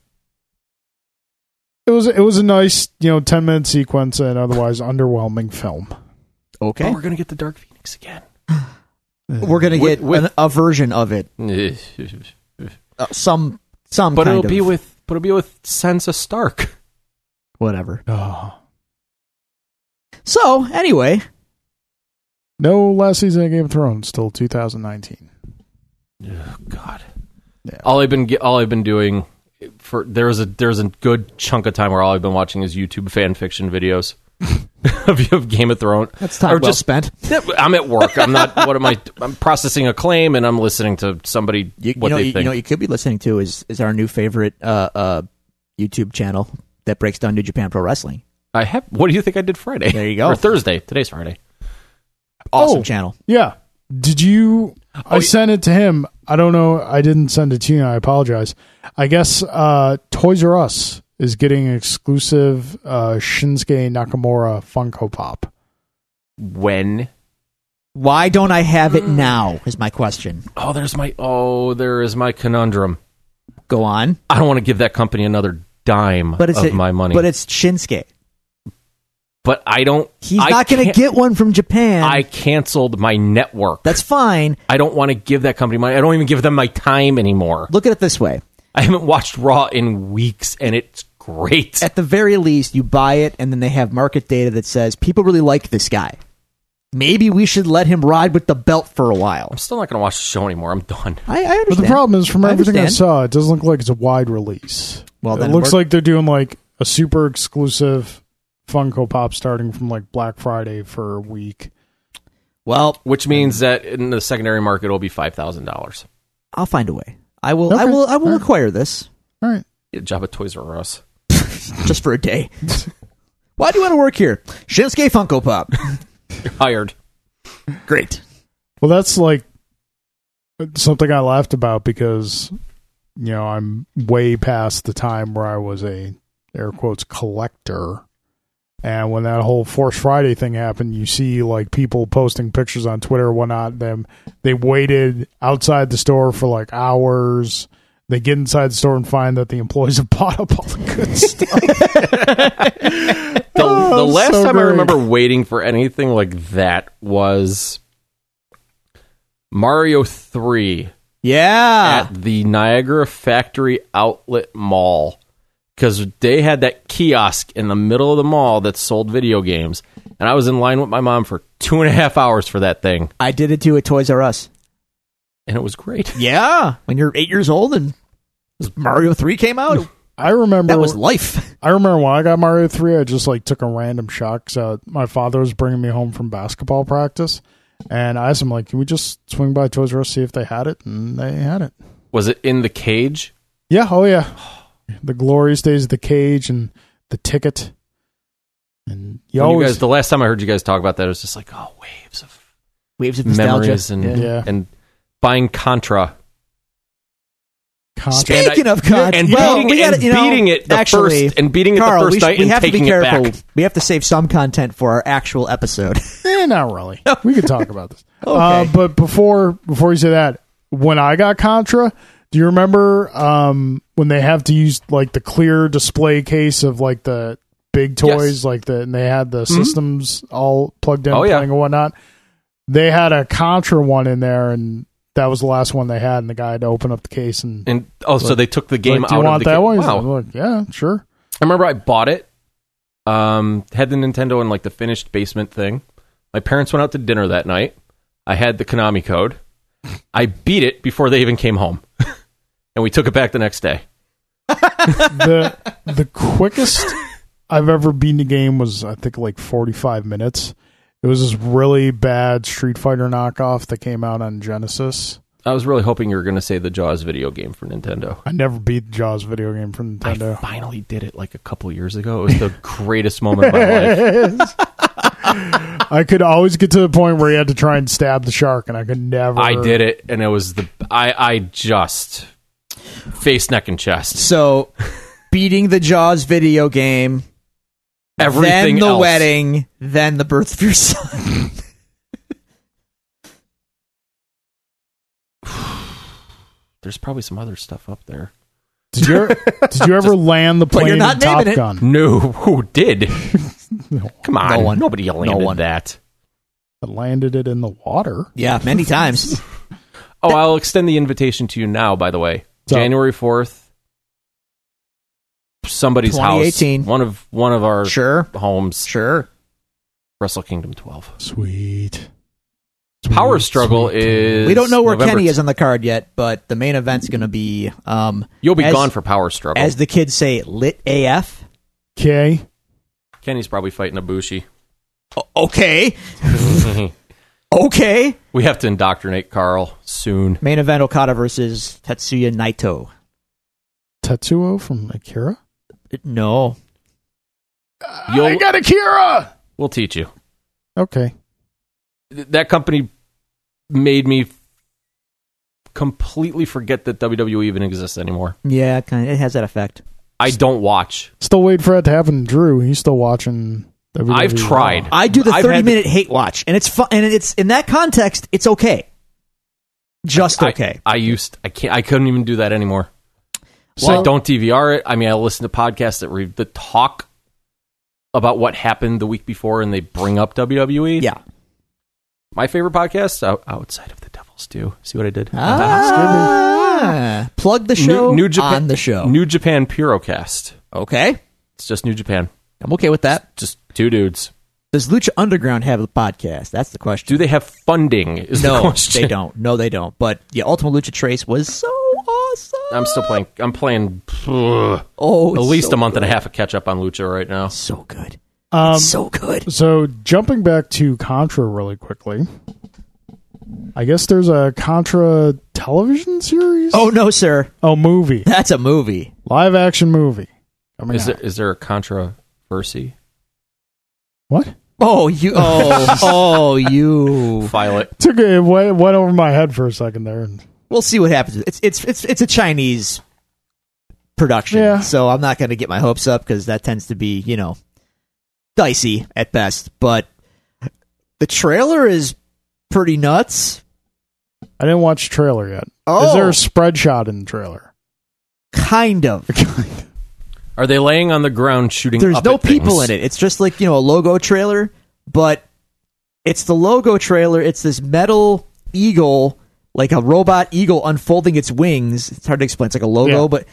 [SPEAKER 1] It was it was a nice you know ten minute sequence and otherwise underwhelming film.
[SPEAKER 3] But
[SPEAKER 2] okay,
[SPEAKER 3] we're gonna get the Dark Phoenix again.
[SPEAKER 2] we're gonna
[SPEAKER 3] With-
[SPEAKER 2] get
[SPEAKER 3] with-
[SPEAKER 2] an, a version of it.
[SPEAKER 3] but
[SPEAKER 2] Uh, some some. kind
[SPEAKER 3] it'll
[SPEAKER 2] of,
[SPEAKER 3] be with but it'll be with Sansa Stark.
[SPEAKER 2] whatever.
[SPEAKER 1] Oh.
[SPEAKER 2] So anyway,
[SPEAKER 1] No, last season of Game of Thrones till 2019.
[SPEAKER 3] Oh God.
[SPEAKER 1] Yeah.
[SPEAKER 3] All I've been ge- all I've been doing for there was a there's a good chunk of time where all I've been watching is YouTube fan fiction videos of, of Game of Thrones.
[SPEAKER 2] that's time
[SPEAKER 3] Or
[SPEAKER 2] well
[SPEAKER 3] just-
[SPEAKER 2] spent.
[SPEAKER 3] Yeah, but I'm at work. I'm not. What am I? I'm processing a claim, and I'm listening to somebody.
[SPEAKER 2] You, you
[SPEAKER 3] what
[SPEAKER 2] know,
[SPEAKER 3] they
[SPEAKER 2] you,
[SPEAKER 3] think.
[SPEAKER 2] you know, what you could be listening to is is our new favorite uh, uh, YouTube channel that breaks down New Japan Pro Wrestling.
[SPEAKER 3] I have. What do you think I did Friday?
[SPEAKER 2] There you go.
[SPEAKER 3] Or Thursday. Today's Friday.
[SPEAKER 2] Awesome
[SPEAKER 1] Oh.
[SPEAKER 2] channel.
[SPEAKER 1] Yeah. Did you? I
[SPEAKER 2] Oh,
[SPEAKER 3] y-
[SPEAKER 1] sent it to him. I don't know. I didn't send it to you. I apologize. I guess uh, Toys R Us is getting an exclusive uh, Shinsuke Nakamura Funko Pop.
[SPEAKER 3] When?
[SPEAKER 2] Why don't I have it now? Is my question.
[SPEAKER 3] Oh, there's my oh, there is my conundrum.
[SPEAKER 2] Go on.
[SPEAKER 3] I don't want to give that company another dime
[SPEAKER 2] But it's
[SPEAKER 3] of
[SPEAKER 2] a-
[SPEAKER 3] my money.
[SPEAKER 2] But it's Shinsuke.
[SPEAKER 3] but I don't.
[SPEAKER 2] He's
[SPEAKER 3] I
[SPEAKER 2] not going to
[SPEAKER 3] can't-
[SPEAKER 2] get one from Japan.
[SPEAKER 3] I canceled my network.
[SPEAKER 2] That's fine.
[SPEAKER 3] I don't want to give that company money. I don't even give them my time anymore.
[SPEAKER 2] Look at it this way.
[SPEAKER 3] I haven't watched Raw in weeks, and it's great.
[SPEAKER 2] At the very least, you buy it, and then they have market data that says people really like this guy. Maybe we should let him ride with the belt for a while.
[SPEAKER 3] I'm still not going to watch the show anymore. I'm done.
[SPEAKER 2] I, I understand.
[SPEAKER 1] But the problem is, from everything I,
[SPEAKER 2] understand.
[SPEAKER 1] saw, it doesn't look like it's a wide release.
[SPEAKER 2] Well,
[SPEAKER 1] it
[SPEAKER 2] then
[SPEAKER 1] looks
[SPEAKER 2] we're-
[SPEAKER 1] like they're doing like a super exclusive Funko Pop starting from like Black Friday for a week.
[SPEAKER 2] Well,
[SPEAKER 3] Which means that in the secondary market, it'll be five thousand dollars.
[SPEAKER 2] I'll find a way. I will. I
[SPEAKER 1] Okay.
[SPEAKER 2] will. I will acquire this
[SPEAKER 1] All right.
[SPEAKER 3] Get a job at Toys R Us.
[SPEAKER 2] just for a day. Why do you want to work here, Shinsuke Funko Pop?
[SPEAKER 3] You're hired.
[SPEAKER 2] Great.
[SPEAKER 1] Well, that's like something I laughed about because you know I'm way past the time where I was a air quotes collector. And when that whole Force Friday thing happened, you see like people posting pictures on Twitter and whatnot. Them they waited outside the store for like hours. They get inside the store and find that the employees have bought up all the good stuff.
[SPEAKER 3] The,
[SPEAKER 1] Oh,
[SPEAKER 3] the last
[SPEAKER 1] so
[SPEAKER 3] time I
[SPEAKER 1] great.
[SPEAKER 3] remember waiting for anything like that was Mario Three
[SPEAKER 2] Yeah.
[SPEAKER 3] at the Niagara Factory Outlet Mall because they had that kiosk in the middle of the mall that sold video games, and I was in line with my mom for two and a half hours for that thing,
[SPEAKER 2] I did it too at Toys R Us.
[SPEAKER 3] and it was great.
[SPEAKER 2] Yeah. When you're eight years old and Mario Three came out,
[SPEAKER 1] I remember
[SPEAKER 2] that was life.
[SPEAKER 1] I remember when I got Mario 3, I just like took a random shot 'cause, uh, my father was bringing me home from basketball practice. And I asked him, like, can we just swing by Toys R Us, see if they had it? And they had it.
[SPEAKER 3] Was it in the cage?
[SPEAKER 1] Yeah. Oh, yeah. The glorious days of the cage and the ticket. And you
[SPEAKER 3] When you
[SPEAKER 1] always.
[SPEAKER 3] guys, the last time I heard you guys talk about that, it was just like, oh, waves of
[SPEAKER 2] Waves of nostalgia.
[SPEAKER 3] memories and
[SPEAKER 1] Yeah. Yeah.
[SPEAKER 3] and buying Contra.
[SPEAKER 1] Contra-
[SPEAKER 2] Speaking
[SPEAKER 3] And I-
[SPEAKER 2] of God,
[SPEAKER 3] and
[SPEAKER 2] well,
[SPEAKER 3] beating
[SPEAKER 2] we
[SPEAKER 3] it-
[SPEAKER 2] gotta-
[SPEAKER 3] and
[SPEAKER 2] you know,
[SPEAKER 3] beating it the
[SPEAKER 2] actually,
[SPEAKER 3] first- and beating it the
[SPEAKER 2] Carl,
[SPEAKER 3] first
[SPEAKER 2] we should-
[SPEAKER 3] night
[SPEAKER 2] we
[SPEAKER 3] and
[SPEAKER 2] have to
[SPEAKER 3] taking
[SPEAKER 2] be
[SPEAKER 3] it
[SPEAKER 2] careful.
[SPEAKER 3] back.
[SPEAKER 2] We have to save some content for our actual episode.
[SPEAKER 1] Eh, not really. We could talk about this.
[SPEAKER 2] Okay.
[SPEAKER 1] Uh, but before before you say that, when I got Contra, do you remember um, when they have to use like the clear display case of like the big toys,
[SPEAKER 3] Yes. Mm-hmm.
[SPEAKER 1] like the and they had the systems all plugged in,
[SPEAKER 3] Oh, yeah.
[SPEAKER 1] playing and whatnot. They had a Contra one in there, and that was the last one they had. And the guy had to open up the case and
[SPEAKER 3] And oh, so they took the game
[SPEAKER 1] like, do
[SPEAKER 3] out
[SPEAKER 1] you
[SPEAKER 3] of
[SPEAKER 1] want
[SPEAKER 3] the
[SPEAKER 1] that
[SPEAKER 3] ca-
[SPEAKER 1] one? He's
[SPEAKER 3] Wow.
[SPEAKER 1] like, yeah, sure.
[SPEAKER 3] I remember I bought it. Um, had the Nintendo in like the finished basement thing. My parents went out to dinner that night. I had the Konami code. I beat it before they even came home, and we took it back the next day.
[SPEAKER 1] the the quickest I've ever beaten a game was I think like forty five minutes. It was this really bad Street Fighter knockoff that came out on Genesis.
[SPEAKER 3] I was really hoping you were going to say the Jaws video game for Nintendo.
[SPEAKER 1] I never beat the Jaws video game for Nintendo.
[SPEAKER 3] I finally did it like a couple years ago. It was the greatest moment of my life.
[SPEAKER 1] I could always get to the point where you had to try and stab the shark, and I could never.
[SPEAKER 3] I did it, and it was the I I just face, neck, and chest.
[SPEAKER 2] so, beating the Jaws video game,
[SPEAKER 3] Everything
[SPEAKER 2] then the
[SPEAKER 3] else.
[SPEAKER 2] wedding, then the birth of your son.
[SPEAKER 3] There's probably some other stuff up there.
[SPEAKER 1] Did you? Did you ever land the
[SPEAKER 2] you're
[SPEAKER 1] plane in
[SPEAKER 2] not
[SPEAKER 1] Top
[SPEAKER 2] naming it.
[SPEAKER 1] Gun?
[SPEAKER 3] No, who did? Come on,
[SPEAKER 2] No one.
[SPEAKER 3] nobody landed
[SPEAKER 2] one.
[SPEAKER 3] that.
[SPEAKER 1] I landed it in the water.
[SPEAKER 2] yeah, many times.
[SPEAKER 3] Oh, I'll extend the invitation to you now. By the way,
[SPEAKER 1] So-
[SPEAKER 3] January fourth, somebody's house,
[SPEAKER 2] 2018.
[SPEAKER 3] one of one of our
[SPEAKER 2] sure,
[SPEAKER 3] homes,
[SPEAKER 2] sure.
[SPEAKER 3] Wrestle Kingdom twelve.
[SPEAKER 1] Sweet.
[SPEAKER 3] Power
[SPEAKER 1] Sweet,
[SPEAKER 3] struggle
[SPEAKER 1] sweet.
[SPEAKER 3] is
[SPEAKER 2] We don't know where
[SPEAKER 3] November
[SPEAKER 2] Kenny
[SPEAKER 3] t-
[SPEAKER 2] is on the card yet, but the main event's going to be, um,
[SPEAKER 3] You'll be
[SPEAKER 2] as-
[SPEAKER 3] gone for power struggle.
[SPEAKER 2] as the kids say, lit AF.
[SPEAKER 1] okay.
[SPEAKER 3] Kenny's probably fighting a bushy.
[SPEAKER 2] O- okay, okay.
[SPEAKER 3] we have to indoctrinate Carl soon.
[SPEAKER 2] Main event Okada versus Tetsuya Naito.
[SPEAKER 1] Tetsuo from Akira.
[SPEAKER 2] No.
[SPEAKER 1] I
[SPEAKER 3] You'll,
[SPEAKER 1] got Akira.
[SPEAKER 3] we'll teach you.
[SPEAKER 1] Okay.
[SPEAKER 3] Th- That company made me completely forget that WWE even exists anymore.
[SPEAKER 2] Yeah, kind of, it has that effect.
[SPEAKER 3] I don't watch.
[SPEAKER 1] Still waiting for that to happen. to Drew, he's still watching WWE
[SPEAKER 3] I've
[SPEAKER 1] Raw.
[SPEAKER 3] tried.
[SPEAKER 2] I do the
[SPEAKER 3] I've
[SPEAKER 2] thirty
[SPEAKER 3] had-
[SPEAKER 2] minute hate watch, and it's fun. And it's in that context, it's okay. Just
[SPEAKER 3] I-
[SPEAKER 2] okay.
[SPEAKER 3] I, used. I can't. I couldn't even do that anymore. So
[SPEAKER 2] Well-
[SPEAKER 3] I don't DVR it. I mean, I listen to podcasts that re- that talk about what happened the week before, and they bring up WWE.
[SPEAKER 2] yeah.
[SPEAKER 3] my favorite podcasts out, outside of the Devils Do. See what I did?
[SPEAKER 2] Ah, plug the
[SPEAKER 3] New-
[SPEAKER 2] show
[SPEAKER 3] New, Japan
[SPEAKER 2] on the show.
[SPEAKER 3] New Japan Purocast.
[SPEAKER 2] okay,
[SPEAKER 3] It's just New Japan.
[SPEAKER 2] I'm okay with that.
[SPEAKER 3] Just two dudes.
[SPEAKER 2] Does Lucha Underground have a podcast? That's the question.
[SPEAKER 3] Do they have funding? Is the
[SPEAKER 2] no,
[SPEAKER 3] question.
[SPEAKER 2] they don't. No, they don't. But yeah, Ultimate Lucha Trace was so awesome.
[SPEAKER 3] I'm still playing. I'm playing ugh,
[SPEAKER 2] oh,
[SPEAKER 3] at
[SPEAKER 2] it's
[SPEAKER 3] least
[SPEAKER 2] so
[SPEAKER 3] a month and a
[SPEAKER 2] good.
[SPEAKER 3] half of catch up on Lucha right now.
[SPEAKER 2] So good,
[SPEAKER 1] Um,
[SPEAKER 2] so good.
[SPEAKER 1] So jumping back to Contra really quickly, I guess there's a Contra television series.
[SPEAKER 2] Oh no, sir,
[SPEAKER 1] oh, movie,
[SPEAKER 2] that's a movie.
[SPEAKER 1] live action movie. Coming
[SPEAKER 3] Is
[SPEAKER 1] out.
[SPEAKER 3] there is there a controversy?
[SPEAKER 1] what?
[SPEAKER 2] Oh, you. Oh, oh, you.
[SPEAKER 3] File it.
[SPEAKER 1] Took a, it went, went over my head for a second there. And,
[SPEAKER 2] We'll see what happens. It's it's it's it's a Chinese production,
[SPEAKER 1] Yeah.
[SPEAKER 2] so I'm not going to get my hopes up because that tends to be you know dicey at best. But the trailer is pretty nuts.
[SPEAKER 1] I didn't watch the trailer yet. Is
[SPEAKER 2] Oh.
[SPEAKER 1] there a spread shot in the trailer?
[SPEAKER 2] Kind of.
[SPEAKER 3] Are they laying on the ground shooting?
[SPEAKER 2] There's
[SPEAKER 3] up
[SPEAKER 2] no
[SPEAKER 3] at things?
[SPEAKER 2] people in it. It's just like you know a logo trailer, but it's the logo trailer. It's this metal eagle, like a robot eagle unfolding its wings. It's hard to explain. It's like a logo,
[SPEAKER 1] Yeah.
[SPEAKER 2] but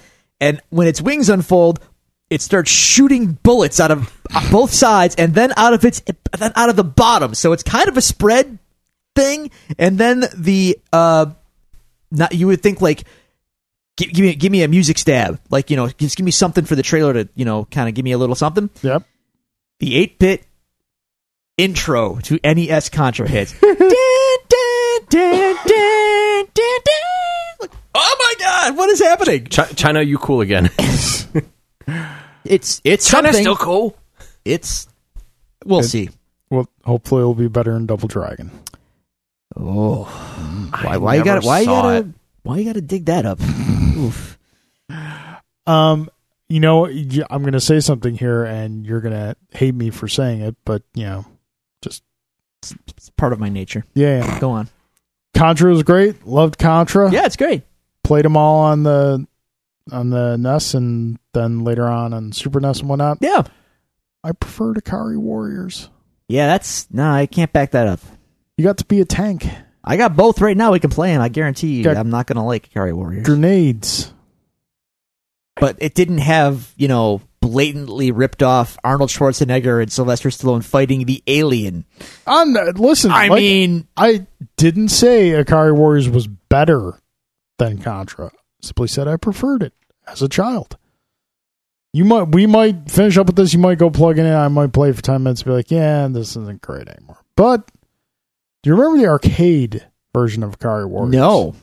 [SPEAKER 2] and when its wings unfold, it starts shooting bullets out of both sides, and then out of its then out of the bottom. So it's kind of a spread thing, and then the uh, not you would think like give, give me give me a music stab, like you know, just give me something for the trailer to you know kind of give me a little something.
[SPEAKER 1] Yep.
[SPEAKER 2] The eight bit intro to NES Contra hits. Dun, dun, dun, dun, dun, dun. Like, oh my god, what is happening?
[SPEAKER 3] Chi- China, you cool again?
[SPEAKER 2] It's it's
[SPEAKER 3] China's
[SPEAKER 2] something.
[SPEAKER 3] still cool.
[SPEAKER 2] It's we'll see.
[SPEAKER 1] Well, hopefully it'll be better than Double Dragon.
[SPEAKER 2] Oh, why,
[SPEAKER 3] I
[SPEAKER 2] why you
[SPEAKER 3] never
[SPEAKER 2] got why you
[SPEAKER 3] saw
[SPEAKER 2] gotta
[SPEAKER 3] it.
[SPEAKER 2] why you gotta dig that up? Oof.
[SPEAKER 1] Um, you know, y- I'm going to say something here, and you're going to hate me for saying it, but you know,
[SPEAKER 2] It's part of my nature.
[SPEAKER 1] yeah, yeah.
[SPEAKER 2] Go on.
[SPEAKER 1] Contra was great. Loved Contra.
[SPEAKER 2] Yeah, it's great.
[SPEAKER 1] Played them all on the on the NES, and then later on on Super NES and whatnot.
[SPEAKER 2] Yeah,
[SPEAKER 1] I preferred Akari Warriors.
[SPEAKER 2] yeah. That's no, I can't back that up.
[SPEAKER 1] You got to be a tank.
[SPEAKER 2] I got both right now. We can play them. I guarantee you.
[SPEAKER 1] Got-
[SPEAKER 2] I'm not gonna like Ikari Warriors.
[SPEAKER 1] Grenades.
[SPEAKER 2] but it didn't have you know blatantly ripped off Arnold Schwarzenegger and Sylvester Stallone fighting the alien.
[SPEAKER 1] I'm not- listen.
[SPEAKER 2] I
[SPEAKER 1] like,
[SPEAKER 2] mean,
[SPEAKER 1] I didn't say Akari Warriors was better than Contra. Simply said I preferred it as a child. You might we might finish up with this, you might go plug it in, I might play for ten minutes and be like, yeah, this isn't great anymore. But do you remember the arcade version of Akari Warriors?
[SPEAKER 2] no.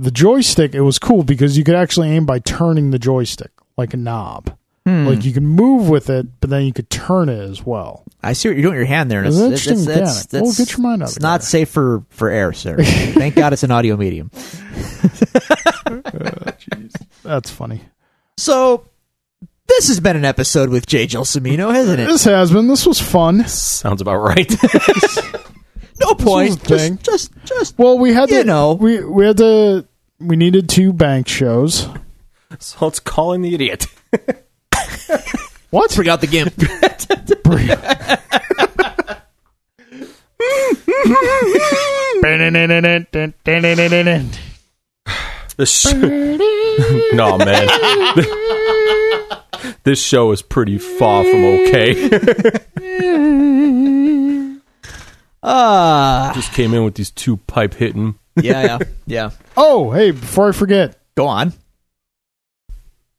[SPEAKER 1] The joystick, it was cool because you could actually aim by turning the joystick like a knob.
[SPEAKER 2] Hmm.
[SPEAKER 1] Like you can move with it, but then you could turn it as well.
[SPEAKER 2] I see what you're doing with your hand there. and
[SPEAKER 1] It's
[SPEAKER 2] It's,
[SPEAKER 1] an
[SPEAKER 2] it's,
[SPEAKER 1] interesting
[SPEAKER 2] it's-
[SPEAKER 1] mechanic. Well,
[SPEAKER 2] it's-
[SPEAKER 1] get your mind out
[SPEAKER 2] It's
[SPEAKER 1] of
[SPEAKER 2] not
[SPEAKER 1] there.
[SPEAKER 2] safe for for air, sir. Thank God it's an audio medium.
[SPEAKER 1] That's funny.
[SPEAKER 2] So this has been an episode with Jay Gelsomino, hasn't it?
[SPEAKER 1] This has been. This was fun.
[SPEAKER 3] Sounds about right.
[SPEAKER 2] No point.
[SPEAKER 1] was a thing.
[SPEAKER 2] Just, just, just.
[SPEAKER 1] Well, we had
[SPEAKER 2] You
[SPEAKER 1] to,
[SPEAKER 2] know.
[SPEAKER 1] we we had to we needed two bank shows.
[SPEAKER 3] so let's call in the idiot.
[SPEAKER 1] What?
[SPEAKER 2] Bring out the gimp.
[SPEAKER 3] This sh- no man. this show is pretty far from okay.
[SPEAKER 2] Ah,
[SPEAKER 3] Just came in with these two pipe hitting.
[SPEAKER 2] yeah, yeah, yeah.
[SPEAKER 1] Oh, hey! Before I forget,
[SPEAKER 2] Go on.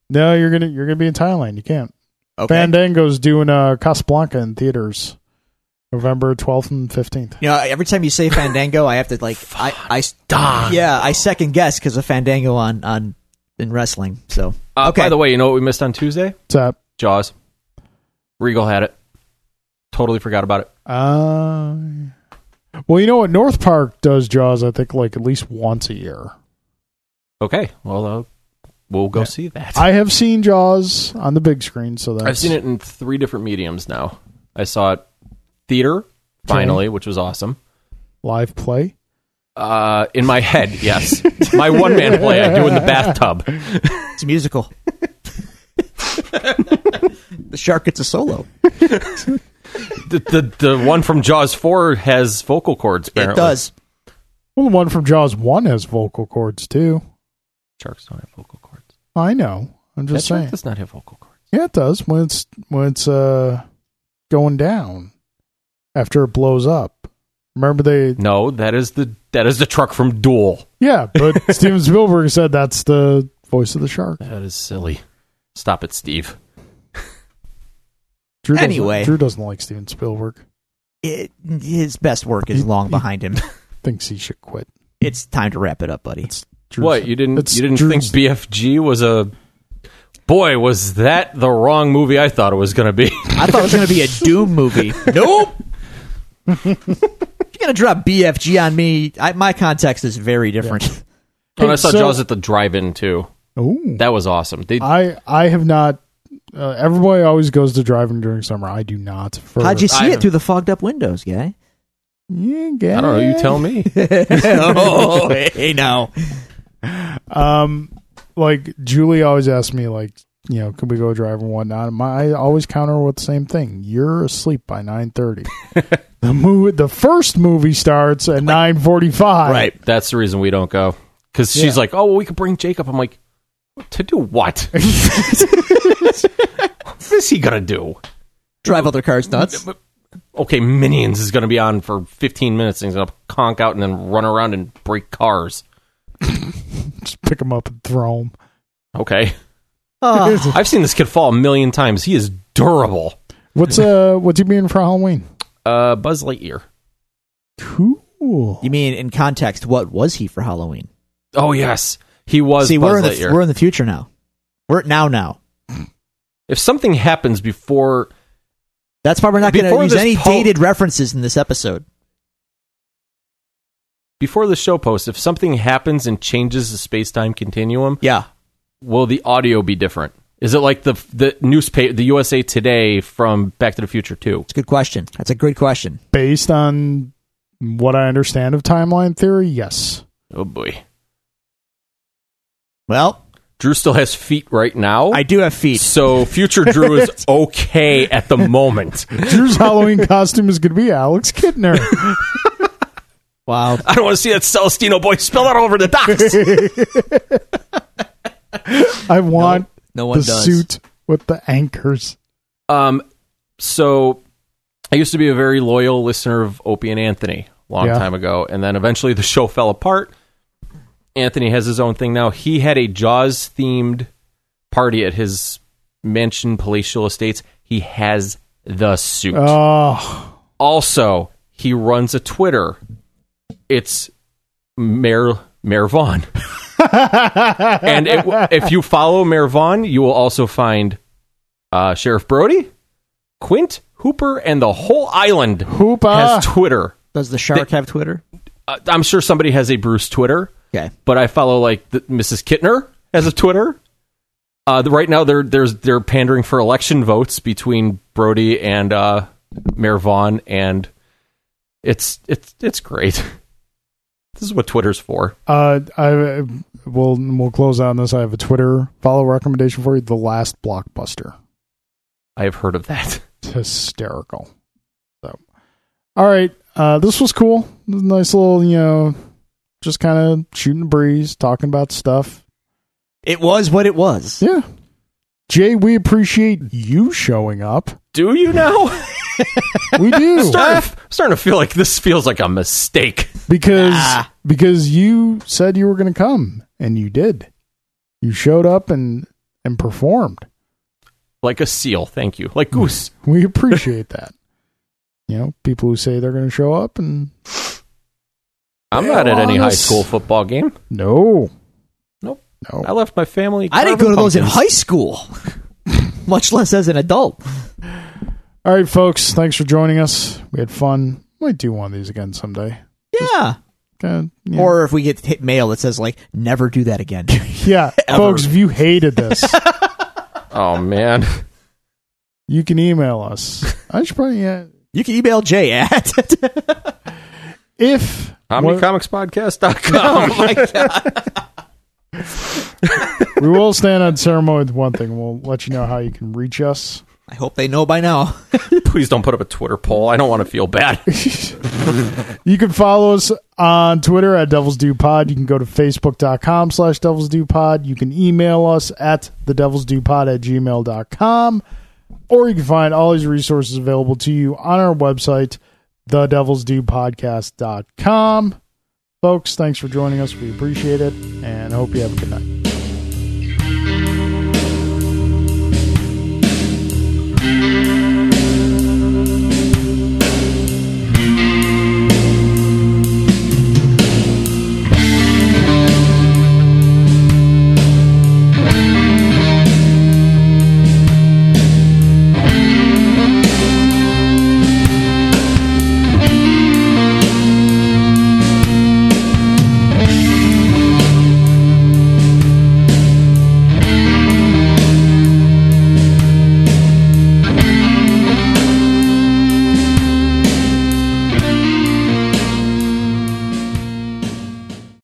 [SPEAKER 1] no, you're gonna you're gonna be in Thailand. You can't.
[SPEAKER 2] Okay.
[SPEAKER 1] Fandango's doing uh, Casablanca in theaters, November twelfth and fifteenth.
[SPEAKER 2] You know, every time you say Fandango, I have to like I I yeah I second guess because of Fandango on on in wrestling. So
[SPEAKER 3] Uh,
[SPEAKER 2] okay,
[SPEAKER 3] By the way, you know what we missed on Tuesday?
[SPEAKER 1] What's up?
[SPEAKER 3] Jaws. Regal had it. Totally forgot about it.
[SPEAKER 1] Uh, well, you know what? North Park does Jaws. I think like at least once a year.
[SPEAKER 3] Okay. Well, uh, we'll go
[SPEAKER 1] Yeah.
[SPEAKER 3] see that.
[SPEAKER 1] I have seen Jaws on the big screen, so that's
[SPEAKER 3] I've seen it in three different mediums now. I saw it theater finally, which was awesome.
[SPEAKER 1] Live play.
[SPEAKER 3] Uh, in my head, yes, my one man play I do in the bathtub.
[SPEAKER 2] It's a musical. the shark gets a solo.
[SPEAKER 3] The, the the one from Jaws four has vocal cords. Apparently.
[SPEAKER 2] It does.
[SPEAKER 1] Well, the one from Jaws one has vocal cords too.
[SPEAKER 3] Sharks don't have vocal cords.
[SPEAKER 1] I know. I'm
[SPEAKER 3] That
[SPEAKER 1] just
[SPEAKER 3] shark
[SPEAKER 1] saying.
[SPEAKER 3] does not have vocal cords.
[SPEAKER 1] Yeah, it does when it's when it's uh going down after it blows up. Remember they?
[SPEAKER 3] No, that is the that is the truck from Duel.
[SPEAKER 1] Yeah, but Steven Spielberg said that's the voice of the shark.
[SPEAKER 3] That is silly. Stop it, Steve.
[SPEAKER 1] Drew doesn't-
[SPEAKER 2] Anyway.
[SPEAKER 1] Drew doesn't like Steven Spielberg.
[SPEAKER 2] It, his best work is long behind him.
[SPEAKER 1] Thinks he should quit.
[SPEAKER 2] It's time to wrap it up, buddy.
[SPEAKER 1] It's Drew's-
[SPEAKER 3] what you didn't
[SPEAKER 1] it's
[SPEAKER 3] you didn't
[SPEAKER 1] Drew's-
[SPEAKER 3] think BFG was a boy? Was that the wrong movie I thought it was going to be?
[SPEAKER 2] I thought it was going to be a Doom movie. Nope. You're going to drop BFG on me. I, my context is very different.
[SPEAKER 3] and I saw
[SPEAKER 1] So-
[SPEAKER 3] Jaws at the drive-in too.
[SPEAKER 1] Ooh.
[SPEAKER 3] That was awesome. They,
[SPEAKER 1] I I have not. Uh, everybody always goes to driving during summer. I do not. For,
[SPEAKER 2] How'd you see
[SPEAKER 3] I-
[SPEAKER 2] it through the fogged up windows, guy?
[SPEAKER 1] Yeah,
[SPEAKER 3] I don't know. You tell me.
[SPEAKER 2] oh, hey now.
[SPEAKER 1] Um, like Julie always asks me, like you know, can we go drive and whatnot? And my, I always counter her with the same thing: you're asleep by nine thirty. the movie, the first movie starts at nine forty five.
[SPEAKER 2] Right.
[SPEAKER 3] That's the reason we don't go. Because she's like, oh, well, we could bring Jacob. I'm like, to do what? what is he going to do?
[SPEAKER 2] Drive other cars nuts.
[SPEAKER 3] Okay, Minions is going to be on for 15 minutes and he's going to conk out and then run around and break cars.
[SPEAKER 1] Just pick them up and throw them.
[SPEAKER 3] Okay.
[SPEAKER 2] Oh,
[SPEAKER 3] I've seen this kid fall a million times. He is durable.
[SPEAKER 1] What's uh, what's you being for Halloween?
[SPEAKER 3] Uh, Buzz Lightyear.
[SPEAKER 1] Cool.
[SPEAKER 2] you mean in context? What was he for Halloween?
[SPEAKER 3] Oh, yes. He was
[SPEAKER 2] See, we're
[SPEAKER 3] Buzz
[SPEAKER 2] in, the,
[SPEAKER 3] Lightyear.
[SPEAKER 2] we're in the future now. We're at now now.
[SPEAKER 3] if something happens before.
[SPEAKER 2] That's why we're not going to
[SPEAKER 3] Before
[SPEAKER 2] use
[SPEAKER 3] this
[SPEAKER 2] any
[SPEAKER 3] po-
[SPEAKER 2] dated references in this episode.
[SPEAKER 3] Before the show post, if something happens and changes the space time continuum,
[SPEAKER 2] Yeah.
[SPEAKER 3] will the audio be different? Is it like the the newspaper, the USA Today from Back to the Future Two?
[SPEAKER 2] It's a good question. That's a good question.
[SPEAKER 1] Based on what I understand of timeline theory, yes.
[SPEAKER 3] Oh boy,
[SPEAKER 2] Well,
[SPEAKER 3] Drew still has feet right now.
[SPEAKER 2] I do have feet.
[SPEAKER 3] so future Drew is okay at the moment.
[SPEAKER 1] Drew's Halloween costume is going to be Alex Kidner.
[SPEAKER 2] Wow.
[SPEAKER 3] I don't want to see that Celestino boy spill out all over the docks.
[SPEAKER 1] I want
[SPEAKER 2] No
[SPEAKER 1] the suit with the anchors.
[SPEAKER 3] um, so I used to be a very loyal listener of Opie and Anthony a long
[SPEAKER 1] Yeah.
[SPEAKER 3] time ago, and then eventually the show fell apart. Anthony has his own thing now. He had a Jaws themed party at his mansion, palatial estates. He has the suit.
[SPEAKER 1] Oh,
[SPEAKER 3] Also, he runs a Twitter. It's Mayor Mayor Vaughn, and it, w- if you follow Mayor Vaughn, you will also find uh, Sheriff Brody, Quint Hooper, and the whole island
[SPEAKER 1] Hoopa.
[SPEAKER 3] has Twitter.
[SPEAKER 2] Does the shark have Twitter?
[SPEAKER 3] Uh, I'm sure somebody has a Bruce Twitter,
[SPEAKER 2] Okay.
[SPEAKER 3] but I follow like the, Mrs. Kittner has a Twitter. Uh, the- right now, they're there's they're pandering for election votes between Brody and uh, Mayor Vaughn, and it's it's it's great. This is what Twitter's for.
[SPEAKER 1] Uh, I uh, will we'll close out on this. I have a Twitter follow recommendation for you. The last blockbuster,
[SPEAKER 3] I have heard of that.
[SPEAKER 1] it's hysterical. So, all right, uh, this was cool. This is a nice little, you know, just kind of shooting the breeze, talking about stuff.
[SPEAKER 2] It was what it was.
[SPEAKER 1] Yeah, Jay, we appreciate you showing up.
[SPEAKER 3] Do you now?
[SPEAKER 1] We do
[SPEAKER 3] starting,
[SPEAKER 2] Ah.
[SPEAKER 3] to, starting to feel like this feels like a mistake.
[SPEAKER 1] because because you said you were going to come, and you did. You showed up and and performed.
[SPEAKER 3] Like a seal, thank you. Like goose.
[SPEAKER 1] We appreciate that. You know, people who say they're going to show up and
[SPEAKER 3] I'm not at any high
[SPEAKER 1] Honest.
[SPEAKER 3] school football game.
[SPEAKER 1] no,
[SPEAKER 3] Nope.
[SPEAKER 1] no.
[SPEAKER 3] I left my family.
[SPEAKER 2] I didn't go to
[SPEAKER 3] carving
[SPEAKER 2] those in
[SPEAKER 3] pumpkins.
[SPEAKER 2] high school, much less as an adult.
[SPEAKER 1] All right, folks. Thanks for joining us. We had fun. Might do one of these again someday.
[SPEAKER 2] Yeah.
[SPEAKER 1] Kinda, yeah.
[SPEAKER 2] Or if we get hit mail that says, like, never do that again.
[SPEAKER 1] yeah, folks, if you hated this,
[SPEAKER 3] Oh man.
[SPEAKER 1] you can email us. I should probably yeah.
[SPEAKER 2] You can email Jay at.
[SPEAKER 1] If what-
[SPEAKER 3] Omnicomicspodcast.com.
[SPEAKER 1] we will stand on ceremony with one thing. We'll let you know how you can reach us.
[SPEAKER 2] I hope they know by now.
[SPEAKER 3] Please don't put up a Twitter poll. I don't want to feel bad.
[SPEAKER 1] You can follow us on Twitter at Devils Do Pod. You can go to Facebook.com slash Devils Do Pod. You can email us at the Devils Do Pod at gmail.com. Or you can find all these resources available to you on our website, the Devils Do Podcast.com. Folks, thanks for joining us. We appreciate it and hope you have a good night.